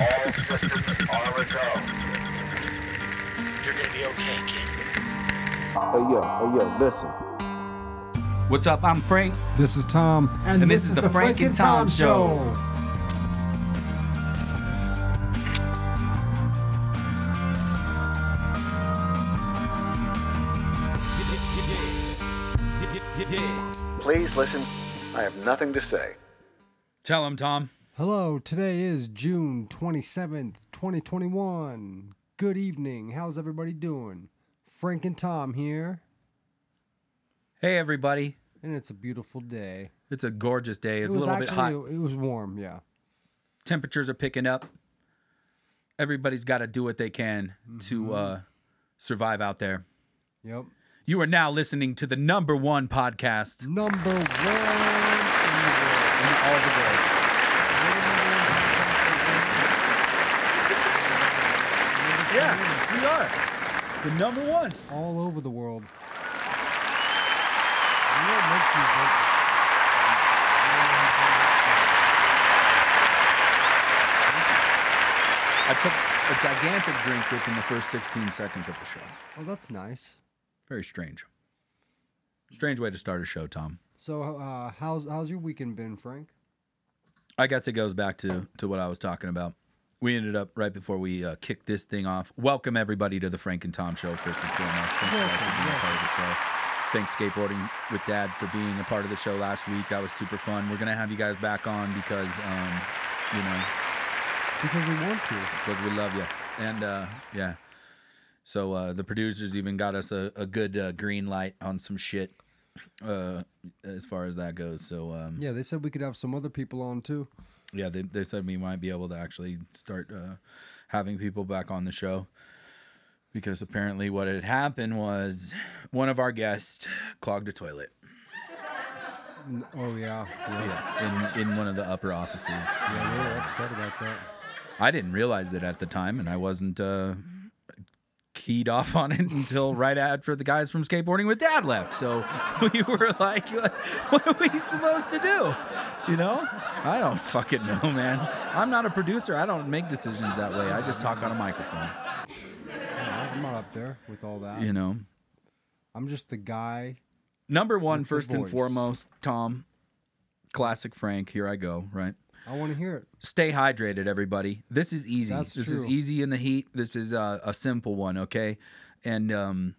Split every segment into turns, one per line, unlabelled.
All systems are a go. You're gonna be okay, kid.
Hey yo, hey yo, listen.
What's up? I'm Frank.
This is Tom.
And this is the Frank and Tom Show.
Please listen. I have nothing to say.
Tell him, Tom.
Hello, today is June 27th, 2021. Good evening. How's everybody doing? Frank and Tom here,
Hey, everybody.
and it's a beautiful day.
It's a gorgeous day. It's a
it was
little bit hot.
actually, it was warm, yeah.
Temperatures are picking up. Everybody's got to do what they can to uh, survive out there.
Yep.
You are now listening to the number one podcast in
Number one. in the world.
all the world. Mm-hmm. Yeah, we are. The number one.
All over the world. You know what makes me think-
I took a gigantic drink within the first 16 seconds of the show.
Oh, that's nice.
Very strange. Strange way to start a show, Tom.
So, uh, how's how's your weekend been, Frank?
I guess it goes back to to what I was talking about. We ended up right before we uh, kicked this thing off. Welcome everybody to the Frank and Tom Show. First and foremost, thanks you guys for being a part of the show. Thanks skateboarding with Dad for being a part of the show last week. That was super fun. We're gonna have you guys back on because um, you know
Because we want to.
because we love you and uh, yeah. So uh, the producers even got us a, a good uh, green light on some shit uh, as far as that goes. So um,
Yeah, they said we could have some other people on too.
yeah they, they said we might be able to actually start uh, having people back on the show because apparently what had happened was one of our guests clogged a toilet
Oh yeah, yeah,
yeah, in, in one of the upper offices
yeah they were upset about that.
i didn't realize it at the time and i wasn't uh, keyed off on it until right after the guys from skateboarding with dad left so we were like what are we supposed to do you know i don't fucking know man i'm not a producer i don't make decisions that way i just talk on a microphone
Yeah, I'm not up there with all that.
you know
I'm just the guy.
number one
With the
first and
voice.
foremost tom classic frank here i go right
I want to hear it.
stay hydrated everybody this is easy
That's
this is
true.
easy in the heat this is uh, a simple one okay and um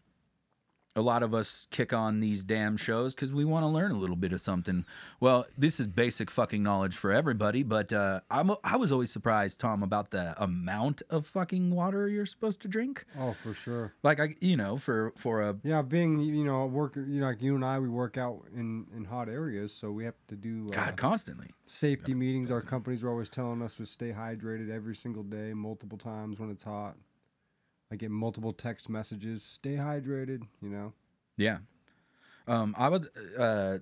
a lot of us kick on these damn shows because we want to learn a little bit of something. Well, this is basic fucking knowledge for everybody, but uh, I'm, I was always surprised, Tom, about the amount of fucking water you're supposed to drink.
Oh, for sure.
Like I, you know, for for a
Yeah, being you know a worker, you know, like you and I, we work out in in hot areas, so we have to do uh,
God, constantly.
safety meetings. Our companies are always telling us to stay hydrated every single day, multiple times when it's hot. I get multiple text messages. Stay hydrated. You know.
Yeah. Um, I would. Uh,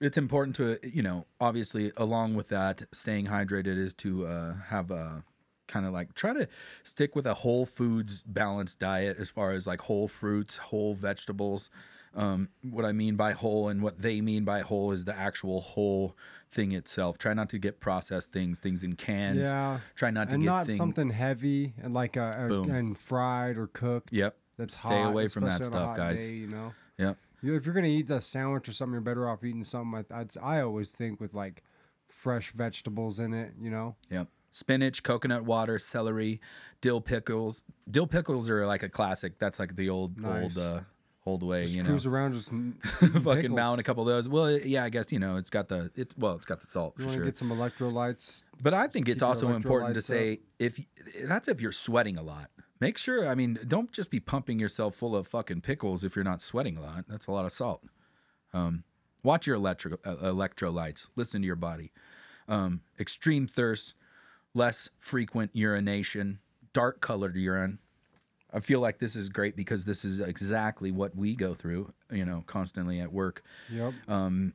it's important to you know obviously along with that staying hydrated is to uh, have a kind of like try to stick with a whole foods balanced diet as far as like whole fruits whole vegetables um, what i mean by whole and what they mean by whole is the actual whole thing itself try not to get processed things things in cans
Yeah.
try not to
and
get
not
things
something heavy and like uh, uh,
Boom.
and fried or cooked.
yep
That's
stay
hot,
away from that
especially on a
stuff
hot
guys
day, you know.
yep
You- If you're gonna eat a sandwich or something, you're better off eating something. I, I'd, I always think with like fresh vegetables in it. You know,
Yep. Spinach, coconut water, celery, dill pickles. Dill pickles are like a classic. That's like the old
Nice.
old uh, old way, you know.
cruise around just n-
Fucking
pickles.
bowing a couple of those. Well, yeah, I guess you know it's got the it's well, it's got the salt
You
for
want to
sure.
get some electrolytes?
But I think it's
your
also important to say
electrolytes
if that's if you're sweating a lot. Make sure, I mean, don't just be pumping yourself full of fucking pickles if you're not sweating a lot. That's a lot of salt. Um, watch your electro, uh, electrolytes. Listen to your body. Um, extreme thirst, less frequent urination, dark colored urine. I feel like this is great because this is exactly what we go through, you know, constantly at work
Yep.
Oh,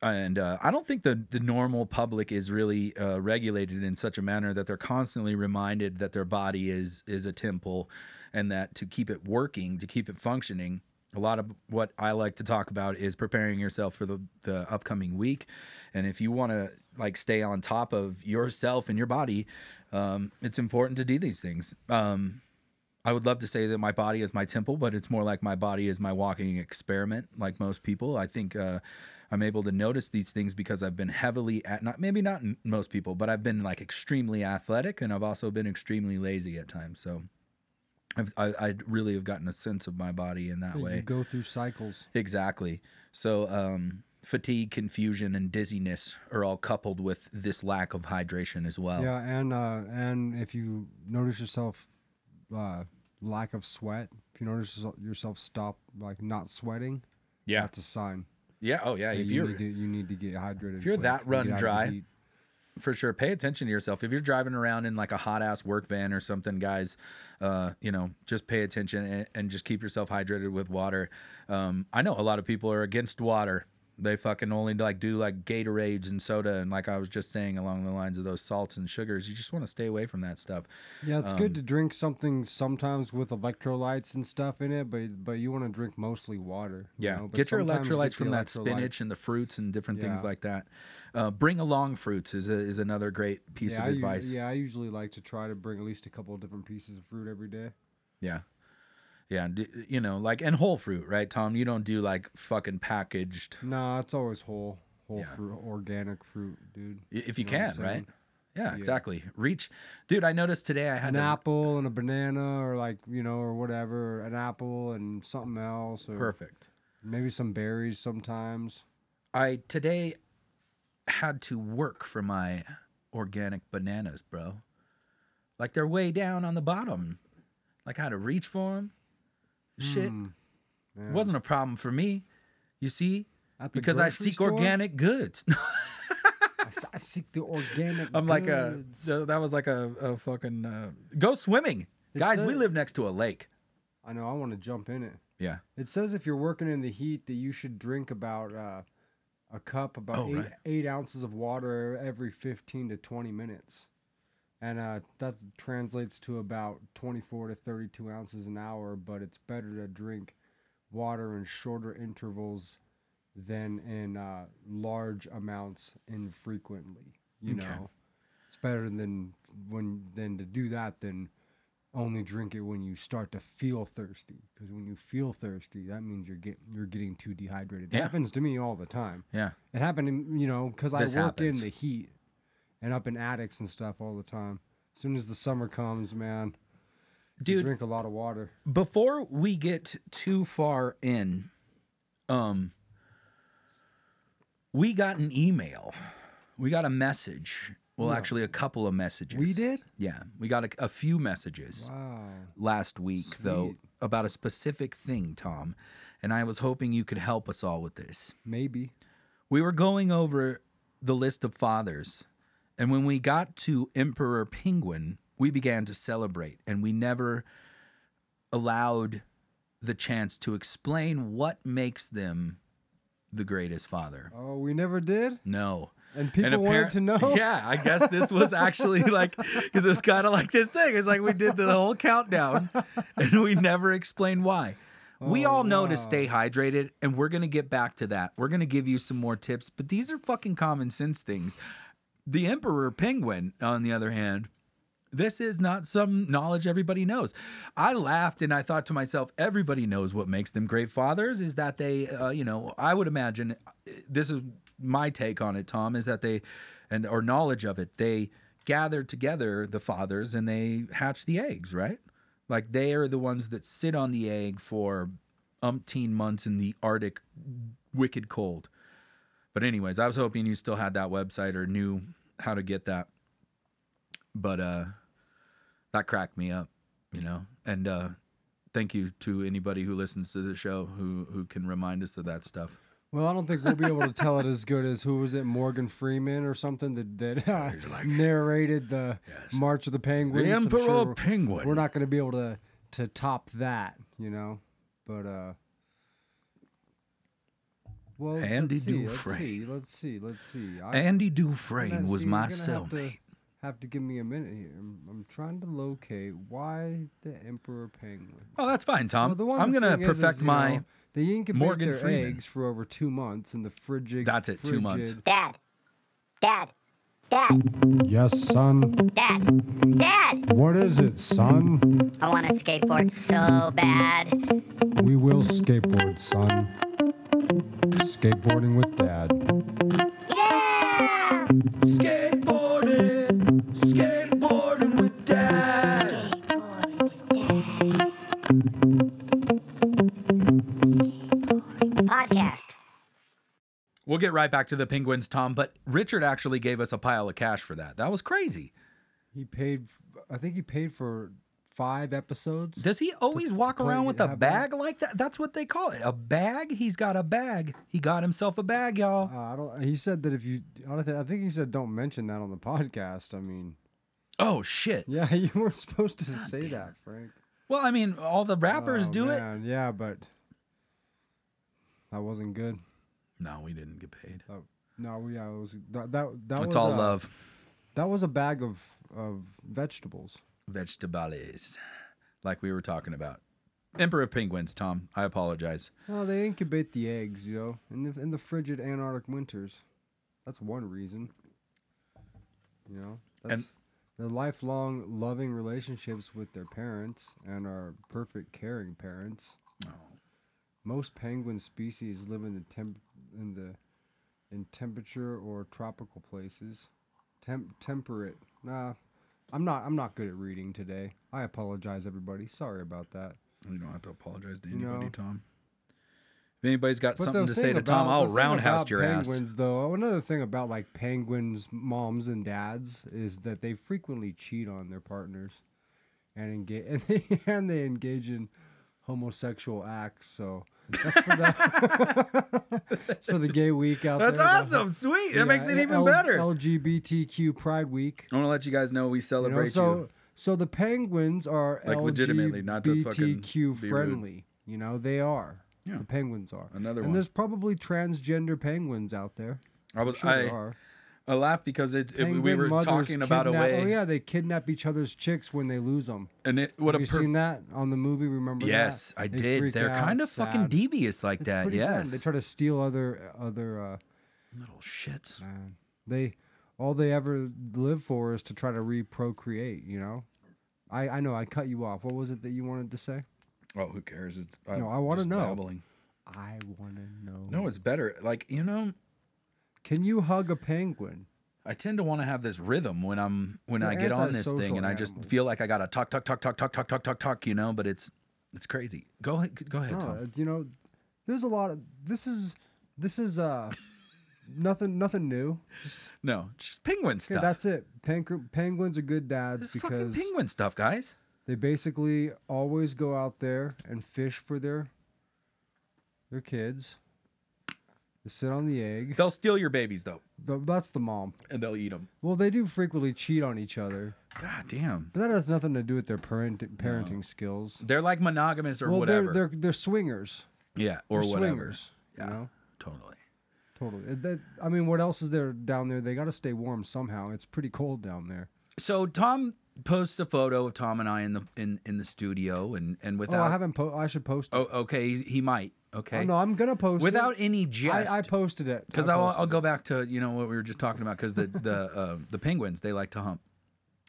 and uh, I don't think the the normal public is really uh, regulated in such a manner that they're constantly reminded that their body is is a temple, and that to keep it working, to keep it functioning. A lot of what I like to talk about is preparing yourself for the, the upcoming week, and if you want to like stay on top of yourself and your body, um, it's important to do these things. Um, I would love to say that my body is my temple, but it's more like my body is my walking experiment. Like most people, I think uh, I'm able to notice these things because I've been heavily at not maybe not m- most people, but I've been like extremely athletic, and I've also been extremely lazy at times. So. I've, I, I really have gotten a sense of my body in that way.
You go through cycles.
Exactly. So, um, fatigue, confusion, and dizziness are all coupled with this lack of hydration as well.
Yeah, and uh, and if you notice yourself uh, lack of sweat, if you notice yourself- yourself stop like not sweating,
Yeah.
that's a sign.
Yeah, Oh, yeah.
that
If
you
you're
need to, you need to get hydrated.
if you're
quick
that
and
run
get out of the
dry,
heat.
for sure, pay attention to yourself. If you're driving around in like a hot ass work van or something, guys, uh, you know, just pay attention and, and just keep yourself hydrated with water. Um, I know a lot of people are against water. They fucking only like do like Gatorades and soda, and like I was just saying, along the lines of those salts and sugars, you just want to stay away from that stuff.
yeah, it's
Um,
good to drink something sometimes with electrolytes and stuff in it, but but you want to drink mostly water. you know, but
get your
sometimes
electrolytes
the
from that
electrolyte-
spinach and the fruits and different things
Yeah.
like that. Uh, bring along fruits is a, is another great piece
Yeah,
of
I u-
advice. yeah.
yeah, I usually like to try to bring at least a couple of different pieces of fruit every day.
yeah, and d- you know, like and whole fruit, right, Tom? You don't do like fucking packaged
Nah, it's always whole, whole
Yeah.
fruit, organic fruit, dude.
i- if you,
know what I'm
can, right?
saying?
Yeah, exactly. Reach, dude. I noticed today I had
an
a-
apple and a banana or like you know or whatever an apple and something else or
perfect.
maybe some berries sometimes
I today had to work for my organic bananas, bro. Like they're way down on the bottom. Like I had to reach for them. Shit.
Hmm,
It wasn't a problem for me. You see?
At the
Because I
grocery
seek
store?
organic goods.
I, s- I seek the organic
I'm like a
goods.
so that was like a, a fucking uh, go swimming.
It
Guys, we
said-
live next to a lake.
i know i want to jump in it
Yeah.
it says if you're working in the heat that you should drink about uh, a cup about
Oh,
eight
right.
eight ounces of water every 15 to 20 minutes and uh, that translates to about 24 to 32 ounces an hour but it's better to drink water in shorter intervals than in uh, large amounts infrequently you
Okay.
know it's better than when than to do that than only drink it when you start to feel thirsty because when you feel thirsty that means you're get you're getting too dehydrated
Yeah.
it happens to me all the time
Yeah.
it happened in, you know because i work
This
in
happens.
the heat and up in attics and stuff all the time as soon as the summer comes man you
Dude,
drink a lot of water
before we get too far in um we got an email we got a message well actually a couple of messages
We did?
yeah we got a, a few messages
wow
last week though
Sweet.
about a specific thing tom and i was hoping you could help us all with this
maybe
we were going over the list of fathers, and when we got to Emperor Penguin, we began to celebrate, and we never allowed the chance to explain what makes them the greatest father.
oh we never did
No.
And people wanted to know?
Yeah, I guess this was actually like, because it's kind of like this thing. It's like we did the whole countdown and we never explained why. We all know to stay
Oh,
hydrated, and we're going to get back to that. We're going to give you some more tips, but these are fucking common sense things. The Emperor Penguin, on the other hand, this is not some knowledge everybody knows. I laughed and I thought to myself, everybody knows what makes them great fathers is that they, uh, you know, I would imagine uh, this is my take on it, Tom, is that they, and or knowledge of it, they gather together the fathers and they hatch the eggs, right? Like they are the ones that sit on the egg for umpteen months in the Arctic wicked cold. But anyways, I was hoping you still had that website or knew how to get that. But uh that cracked me up, you know. And uh thank you to anybody who listens to the show who who can remind us of that stuff.
Well, I don't think we'll be able to tell it as good as who was it, Morgan Freeman or something that that uh, narrated the March of the Penguins. I'm
Emperor
we're-
Penguin.
We're not going to be able to to top that, you know. But uh, well,
Andy
let's see,
Dufresne.
Let's see, let's see, let's see. I,
Andy
I'm
Dufresne
not-
was
see, you're
my
gonna have to-
cellmate.
Have to give me a minute here. I'm, I'm trying to locate why the Emperor Penguin.
Oh, that's fine, Tom.
Well, the one
I'm
thing
gonna
is, is,
perfect
you
my
know, they incubate
Morgan
their
Freeman.
eggs for over two months in the frigid.
That's it, two months.
frigid-
Dad, Dad, Dad,
Yes, son.
Dad, Dad!
What is it, son?
I want to skateboard so bad.
We will skateboard, son. Skateboarding with dad.
Yeah!
Skateboarding, skateboarding with dad.
Skateboard with Dad. Skateboard Podcast.
We'll get right back to the Penguins, Tom, but Richard actually gave us a pile of cash for that. That was crazy.
He paid. f- I think he paid for five episodes.
Does he always walk
play
around with a
that
bag like that? That's what they call it. A bag? He's got a bag. He got himself a bag, y'all.
Uh, I don't. He said that if you, I, don't think, I think he said don't mention that on the podcast. I mean,
Oh, shit.
yeah, you weren't supposed to say that, Frank.
Well, I mean, all the rappers
Oh,
do it.
man, Yeah, but that wasn't good.
No, we didn't get paid.
That, no, we- yeah, it was that. That, that was
It's all
a-
love.
That was a bag of of vegetables.
Vegetables, like we were talking about. Emperor penguins, Tom. I apologize.
Well, they incubate the eggs, you know, in the in the frigid Antarctic winters. That's one reason. You know, that's their lifelong loving relationships with their parents and our perfect caring parents. Most penguin species live in the temp in the in temperature or tropical places. Temp temperate. Nah, I'm not. I'm not good at reading today. I apologize, everybody. Sorry about that.
You don't have to apologize to
No.
anybody, Tom. If anybody's got
But
something
the
to say
thing
to Tom,
about-
I'll
the thing
roundhouse
about
your ass.
penguins, Though another thing about like penguins, moms and dads is that they frequently cheat on their partners, and engage and they, and they engage in homosexual acts. So that's for the it's for the gay week out
That's
there. the-
awesome. Sweet. That
yeah,
makes it even
L-
better. I
LGBTQ Pride Week.
want to let you guys know we
You know,
celebrate you.
so so the penguins are
Like,
LGBTQ
legitimately, not to fucking be rude.
friendly. You know they are.
Yeah.
The penguins are.
Another
and
one.
there's probably transgender penguins out there.
I was
Sure there
I,
are.
I laughed because it, it- we
Penguin
were
mothers
talking about a
kidnap-
way,
Oh yeah, they kidnap each other's chicks when they lose them.
and it would
Have
have
you seen that on the movie? Remember? that?
Yes, I
They
did.
freak
They're
out,
kind of
it's
fucking
sad.
devious like
It's
that.
pretty sad.
Yes,
They try to steal other other. Uh,
little shits.
man, they all they ever live for is to try to reprocreate. You know. I, I know I cut you off. What was it that you wanted to say?
Oh, who cares? It's i
No, I wanna
just
know.
babbling.
I want to know.
No, it's better. Like you know,
Can you hug a penguin?
I tend to want to have this rhythm when I'm when
They're
I get on this thing,
antisocial
and I just
animals.
feel like I gotta talk, talk, talk, talk, talk, talk, talk, talk, talk. You know, but it's it's crazy. Go ahead, go ahead,
No,
Tom.
uh, you know, there's a lot of this is this is uh nothing nothing new. Just
No, it's just penguin
okay,
stuff.
that's it. Pengu- penguins are good dads
It's fucking
because
penguin stuff, guys.
they basically always go out there and fish for their their kids. They sit on the egg.
They'll steal your babies though,
Th- That's the mom.
and they'll eat them.
Well, they do frequently cheat on each other,
God damn,
but that has nothing to do with their parent- parenting skills.
they're like monogamous or
well,
whatever.
they're they're they're swingers.
yeah, or
They're
whatever.
swingers,
Yeah,
You know?
totally.
Totally. Uh, That, I mean, what else is there down there? They got to stay warm somehow. It's pretty cold down there.
So Tom posts a photo of Tom and I in the in, in the studio, and and
oh, I
without
haven't. Po- I should post. It.
oh, okay, he, he might okay
Oh, no, I'm gonna post
without
it.
any
I, I
jest
posted it I
because I'll,
posted
I'll go back to you know what we were just talking about because the the uh, the penguins they like to hump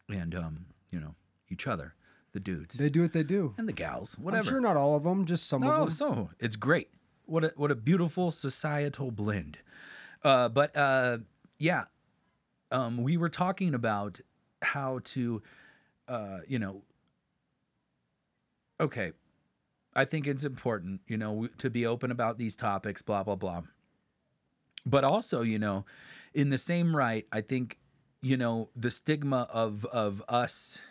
and um you know each other the dudes
it. They do what they do.
and the gals
I'm
whatever
sure not all of them, just some of
no
them.
Oh, so it's great what a what a beautiful societal blend uh but uh yeah um we were talking about how to uh you know okay i think it's important you know w- to be open about these topics blah blah blah but also you know in the same right i think you know the stigma of of us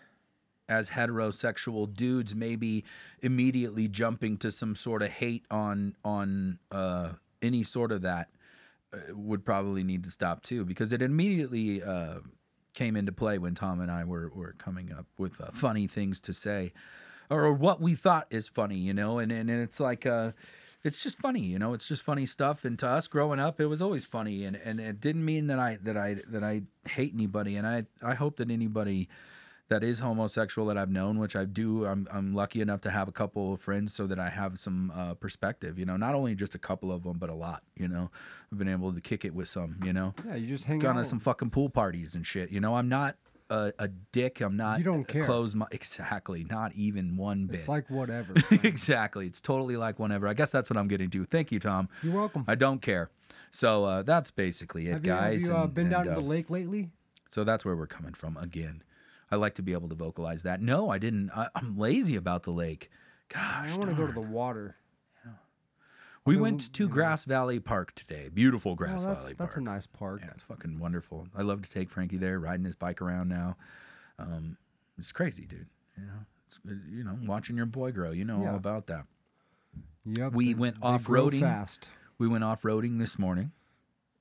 as heterosexual dudes maybe immediately jumping to some sort of hate on on uh any sort of that uh, would probably need to stop too because it immediately uh came into play when Tom and I were were coming up with uh, funny things to say or what we thought is funny, you know, and and, and it's like uh it's just funny, you know. It's just funny stuff, and to us growing up, it was always funny, and, and it didn't mean that I that I that I hate anybody, and I I hope that anybody that is homosexual that I've known, which I do. I'm, I'm lucky enough to have a couple of friends so that I have some uh, perspective, you know, not only just a couple of them, but a lot, you know, I've been able to kick it with some, you know,
Yeah, you just hang
gone
out.
to some fucking pool parties and shit. You know, I'm not a, a dick. I'm not
You don't care.
close my, exactly. Not even one bit.
it's like whatever.
exactly. It's totally like whenever. I guess that's what I'm getting to. Thank you, Tom.
You're welcome.
I don't care. So uh, that's basically it,
have you, have
guys.
you uh,
and-
been
and,
down to
uh,
the lake lately?
so that's where we're coming from again. I like to be able to vocalize that. No, I didn't. I, I'm lazy about the lake. Gosh,
I want to go to
darn.
the water.
we
mean,
went to Grass Valley Park today. Beautiful
Oh,
Grass
that's
Valley
that's a
Park.
nice park.
yeah, it's fucking wonderful. I love to take Frankie there, riding his bike around now. Um, it's crazy, dude. You know, it's, uh, you know, watching your boy grow. You know
Yeah.
all about that.
Yep.
We
they-
went
they grow
off-roading.
fast
We went off roading this morning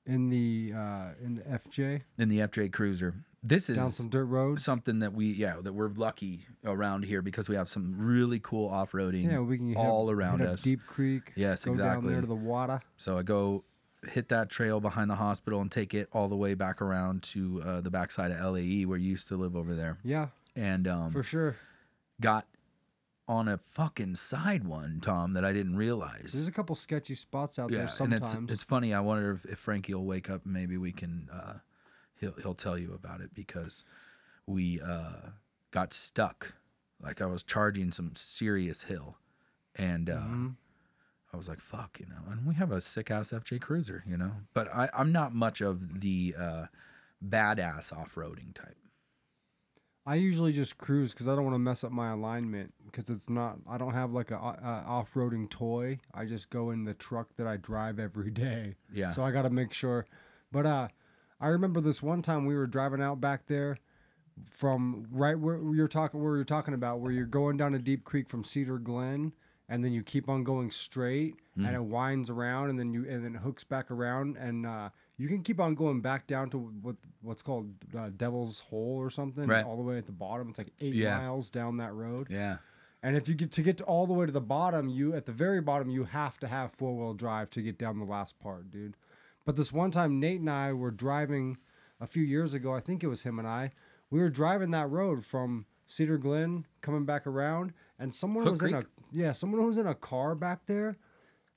in the uh, in the FJ
in the FJ Cruiser. This is
down some dirt roads.
something that we yeah that we're lucky around here because we have some really cool off roading
yeah, we can hit
all
up-
around
hit up
us.
Deep Creek.
Yes,
go Down
exactly.
there to the water.
So I go hit that trail behind the hospital and take it all the way back around to uh, the backside of LAE where you used to live over there,
Yeah,
and um,
for sure.
got on a fucking side one, Tom, that I didn't realize.
There's a couple sketchy spots out
Yeah,
there sometimes.
and it's it's funny. I wonder if, if Frankie will wake up. and Maybe we can uh, he'll he'll tell you about it because we uh, got stuck. Like I was charging some serious hill, and uh,
Mm-hmm.
I was like, "Fuck," you know. And we have a sick ass FJ Cruiser, you know. But I I'm not much of the uh, badass off roading type.
I usually just cruise because I don't want to mess up my alignment because it's not. I don't have like a, uh off-roading toy. I just go in the truck that I drive every day.
Yeah.
So I got to make sure. But uh, I remember this one time we were driving out back there from right where you're talking, where you're talking about, where you're going down a deep creek from Cedar Glen, and then you keep on going straight,
Mm.
and it winds around, and then you and then it hooks back around, and uh, you can keep on going back down to what what's called uh, Devil's Hole or something,
Right.
all the way at the bottom. It's like eight
Yeah.
miles down that road,
Yeah.
and if you get to get to all the way to the bottom, you at the very bottom, you have to have four wheel drive to get down the last part, dude. But this one time, Nate and I were driving a few years ago. I think it was him and I. We were driving that road from Cedar Glen, coming back around, and someone
Hook
was in a
Creek?
yeah, someone was in a car back there,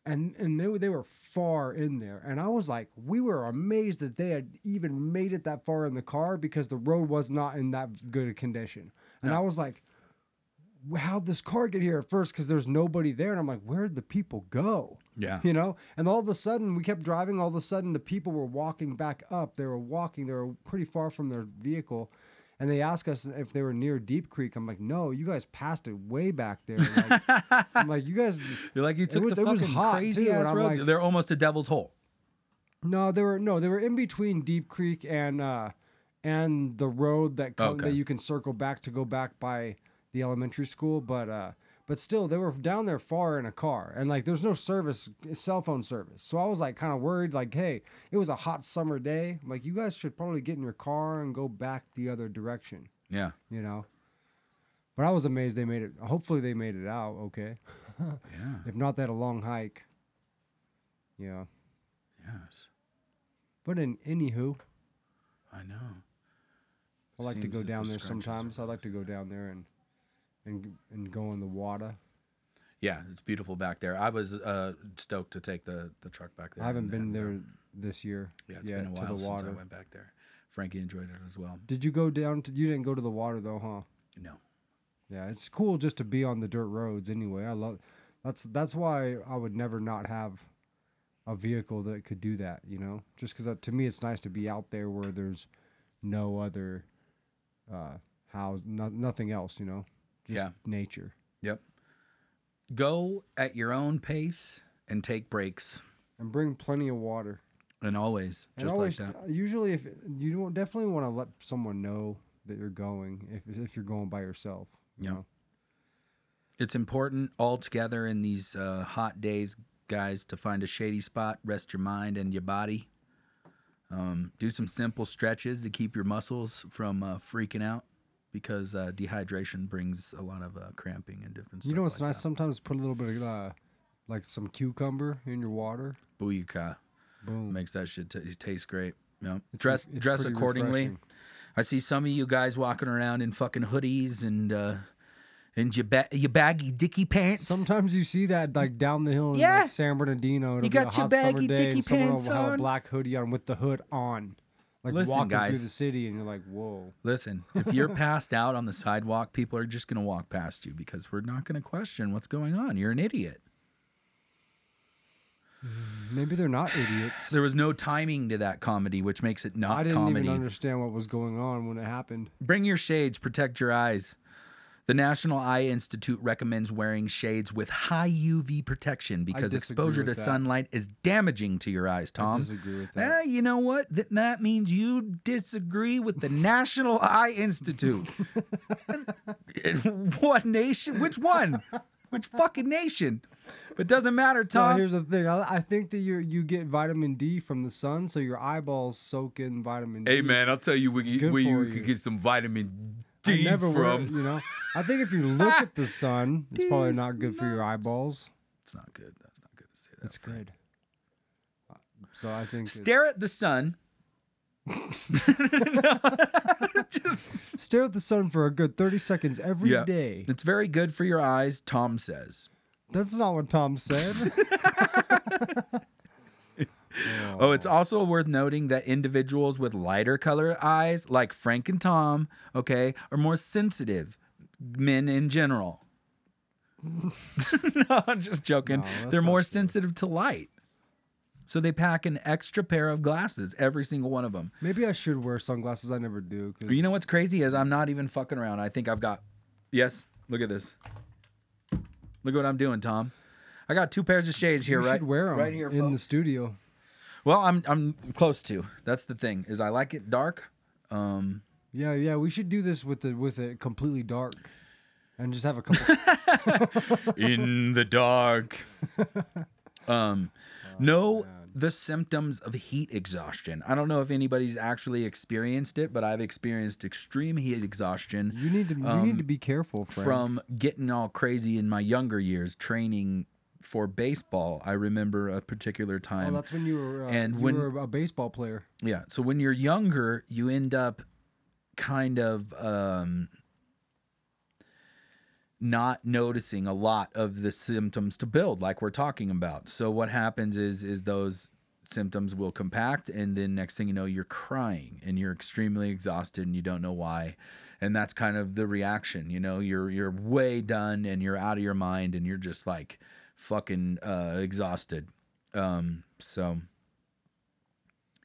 and and they were they were far in there, and I was like, we were amazed that they had even made it that far in the car because the road was not in that good a condition, and I was like how'd this car get here at first? Because there's nobody there. And I'm like, where'd the people go?
Yeah.
You know? And all of a sudden, we kept driving. All of a sudden, the people were walking back up. They were walking. They were pretty far from their vehicle. And they asked us if they were near Deep Creek. I'm like, no, you guys passed it way back there. Like, I'm like, you guys.
You're like you took
was-
the
it was
fucking
hot,
crazy
too, and
ass
I'm
road.
like-
They're almost to Devil's Hole.
No, they were no, they were in between Deep Creek and uh and the road that come,
Okay.
that you can circle back to go back by the elementary school, but uh but still they were down there far in a car and like there's no service cell phone service. So I was like kind of worried like hey, it was a hot summer day, I'm like you guys should probably get in your car and go back the other direction,
Yeah.
you know. But I was amazed they made it. Hopefully they made it out okay.
Yeah.
If not that a long hike. Yeah.
Yes.
But in anywho,
I know.
I like to
Seems
go
that
down
the
there
scratches are
sometimes. I like to go down there and and and go in the water.
Yeah, it's beautiful back there. I was uh, stoked to take the, the truck back there.
I haven't
and-
been
and,
there
uh,
this year.
Yeah,
it's
it's been a while since I went back there. Frankie enjoyed it as well.
Did you go down to? You didn't go to the water though, huh?
No.
Yeah, it's cool just to be on the dirt roads anyway. I love. That's that's why I would never not have a vehicle that could do that. You know, just because to me it's nice to be out there where there's no other uh, house, no, nothing else. You know, just
Yeah.
nature.
Yep. Go at your own pace and take breaks.
And bring plenty of water.
And always,
And
just
always,
like that.
Usually, if you don't definitely want to let someone know that you're going, if if you're going by yourself, you
Yeah.
know?
It's important altogether in these uh, hot days, guys, to find a shady spot, rest your mind and your body. Um, do some simple stretches to keep your muscles from uh, freaking out because uh, dehydration brings a lot of uh, cramping and different
you
stuff
know, it's
like
nice
that.
sometimes put a little bit of uh, like some cucumber in your water.
Booyaka.
Boom.
Makes that shit t- taste great. You know,
It's-
dress
it's
dress
pretty
accordingly.
refreshing.
I see some of you guys walking around in fucking hoodies and uh, and your, ba- your baggy dicky pants.
Sometimes you see that like down the hill in
Yeah.
like San Bernardino. It'll
You
be a
got your
hot summer
baggy
day
dicky
and someone
pants
will have
on.
a black hoodie on with the hood on. Like
Listen,
walking
guys.
through the city and you're like, whoa.
Listen, if you're passed out on the sidewalk, people are just going to walk past you because we're not going to question what's going on. You're an idiot.
Maybe they're not idiots.
There was no timing to that comedy, which makes it not
I didn't
comedy.
even understand what was going on when it happened.
Bring your shades, protect your eyes. The National Eye Institute recommends wearing shades with high UV protection because
disagree
exposure to
with that.
sunlight is damaging to your eyes, Tom.
disagree with that.
Eh, you know what? Th- that means you disagree with the National Eye Institute. what nation? Which one? Which fucking nation? But doesn't matter,
Now,
Tom.
here's the thing. I, I think that you you get vitamin D from the sun, so your eyeballs soak in vitamin D.
hey, man, I'll tell you where, you,
good
where you
for
could
you.
get some vitamin
I
D
never
from.
wear it, you know, I think if you look at the sun, it's probably not good for your eyeballs.
It's not good. That's not good to say that.
It's good. So I think that-
Stare at the sun. Just-
stare at the sun for a good thirty seconds every day.
It's very good for your eyes, Tom says.
That's not what Tom said.
Oh, it's also worth noting that individuals with lighter color eyes, like Frank and Tom, okay, are more sensitive men in general. no, I'm just joking. They're more sensitive to light. So they pack an extra pair of glasses, every single one of them.
Maybe I should wear sunglasses. I never do. 'cause-
You know what's crazy is I'm not even fucking around. I think I've got. Yes, look at this. Look what I'm doing, Tom. I got two pairs of shades here,
you
right?
should wear them
right here
in the studio.
Well, I'm I'm close to. That's the thing is I like it dark.
Yeah, yeah. We should do this with the with it completely dark, and just have a couple.
In the dark. um, know the symptoms of heat exhaustion. I don't know if anybody's actually experienced it, but I've experienced extreme heat exhaustion.
you need to you need to be careful, Frank.
Um, from getting all crazy in my younger years training for baseball. I remember a particular
Oh,
time.
that's when you were uh,
and
you
when-
were a baseball player.
yeah. So when you're younger, you end up kind of um, not noticing a lot of the symptoms to build, like we're talking about. So what happens is is those symptoms will compact, and then next thing you know, you're crying and you're extremely exhausted and you don't know why. And that's kind of the reaction, you know. You're you're way done and you're out of your mind and you're just like fucking uh, exhausted. Um, so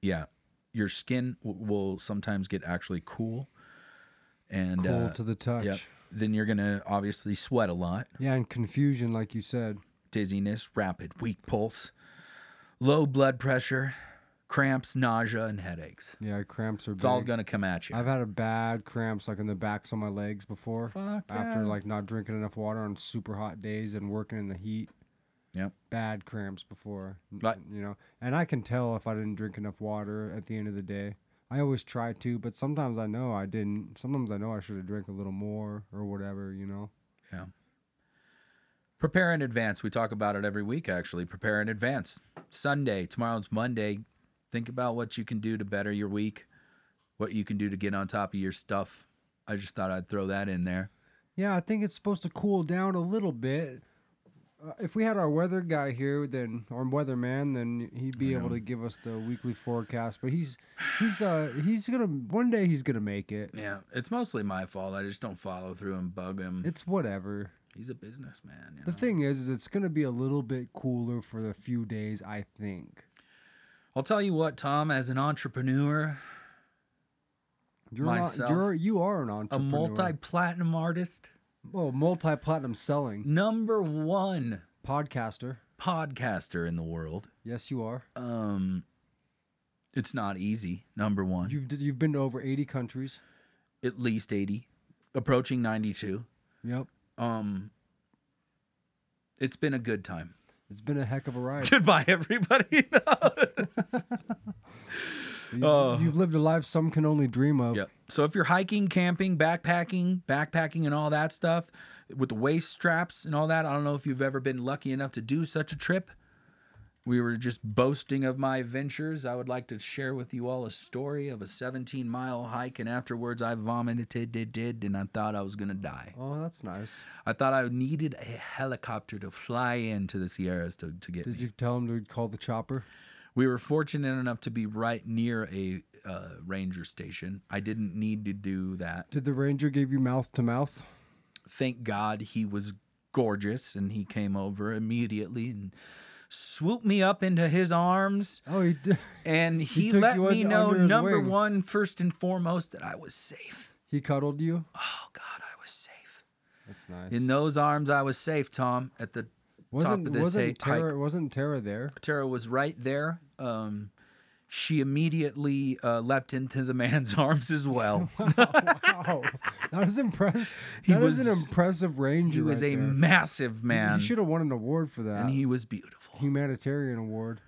yeah, your skin w- will sometimes get actually cool, and
Cool
uh,
to the touch.
Yep. Then you're gonna obviously sweat a lot,
Yeah, and confusion, like you said.
dizziness, rapid weak pulse, low blood pressure, cramps, nausea, and headaches.
Yeah, cramps are.
It's all gonna come at you.
I've had a bad cramps like in the backs of my legs before.
Fuck
after
yeah.
like not drinking enough water on super hot days and working in the heat.
Yep.
Bad cramps before. n-
Right.
You know, and I can tell if I didn't drink enough water at the end of the day. I always try to, but sometimes I know I didn't. Sometimes I know I should have drank a little more or whatever. You know.
Yeah. Prepare in advance. We talk about it every week. Actually, prepare in advance. Sunday. Tomorrow's Monday. Think about what you can do to better your week, what you can do to get on top of your stuff. I just thought I'd throw that in there.
Yeah, I think it's supposed to cool down a little bit. Uh, if we had our weather guy here, then our weatherman, then he'd be able to give us the weekly forecast. But he's he's uh he's gonna one day he's gonna make it.
Yeah, it's mostly my fault. I just don't follow through and bug him.
It's whatever.
He's a businessman. You know?
The thing is, is it's gonna be a little bit cooler for the few days. I think
I'll tell you what, Tom, as an entrepreneur,
you're an-
Myself,
you're you are an
a
entrepreneur.
multi platinum artist,
well multi platinum selling
number one
podcaster.
podcaster in the world,
Yes, you are.
um, it's not easy, number one.
You've d- you've been to over eighty countries.
At least 80, approaching 92.
Yep,
Um, it's been a good time.
it's been a heck of a ride.
Goodbye, everybody.
You- You've lived a life some can only dream of.
Uh. Yep. So if you're hiking, camping, backpacking, backpacking, and all that stuff with the waist straps and all that, I don't know if you've ever been lucky enough to do such a trip. We were just boasting of my ventures. I would like to share with you all a story of a 17 mile hike, and afterwards I vomited, did, did, and I thought I was going to die.
Oh, that's nice.
I thought I needed a helicopter to fly into the Sierras to, to get
Did
me.
you tell him to call the chopper?
We were fortunate enough to be right near a uh, ranger station. I didn't need to do that.
Did the ranger give you mouth to mouth?
Thank God he was gorgeous and he came over immediately and swooped me up into his arms.
Oh, he did.
And he,
took
let
you un-
me know,
under his
number
wing.
one, first and foremost, that I was safe.
He cuddled you.
Oh, God, I was safe.
That's nice.
In those arms, I was safe, Tom, at the top
wasn't
of this
wasn't
hi- hike.
Tara wasn't Tara there?
Tara was right there. Um, she immediately uh, leapt into the man's arms as well.
Wow, that is impressive.
Oh. He
That is
was-
an impressive ranger.
he was
right
a
there.
massive man,
He should have won an award for that.
and he was beautiful.
humanitarian award.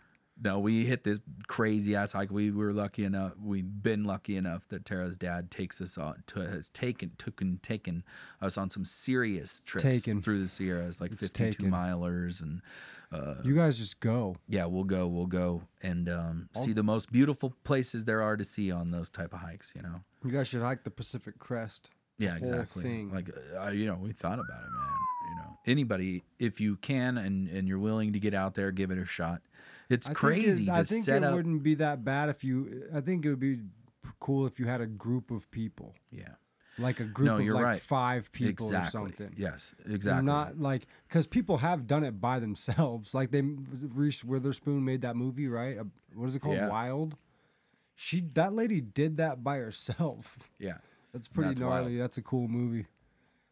no, we hit this crazy ass hike. We were lucky enough. We've been lucky enough that Tara's dad takes us on to has taken took and taken us on some serious trips
Taken.
through the Sierras, like
It's
fifty two
taken.
milers, and Uh.
you guys just go.
yeah, we'll go, we'll go, and um, see the most beautiful places there are to see on those type of hikes. You know.
You guys should hike the Pacific Crest.
Yeah,
whole
exactly.
thing.
Like uh, you know, we thought about it, man. You know, anybody if you can and and you're willing to get out there, give it a shot. It's
I think it-
crazy to
I think
set
it
up.
wouldn't be that bad if you. I think it would be cool if you had a group of people,
Yeah,
like a group
No,
of
you're
like
right.
five people or
exactly.
something.
Yes,
You're
exactly.
Not like because people have done it by themselves. Like they, Reese Witherspoon made that movie, right? Uh, What is it called?
Yeah.
Wild. She that lady did that by herself.
yeah.
That's pretty
That's
gnarly.
wild.
That's a cool movie.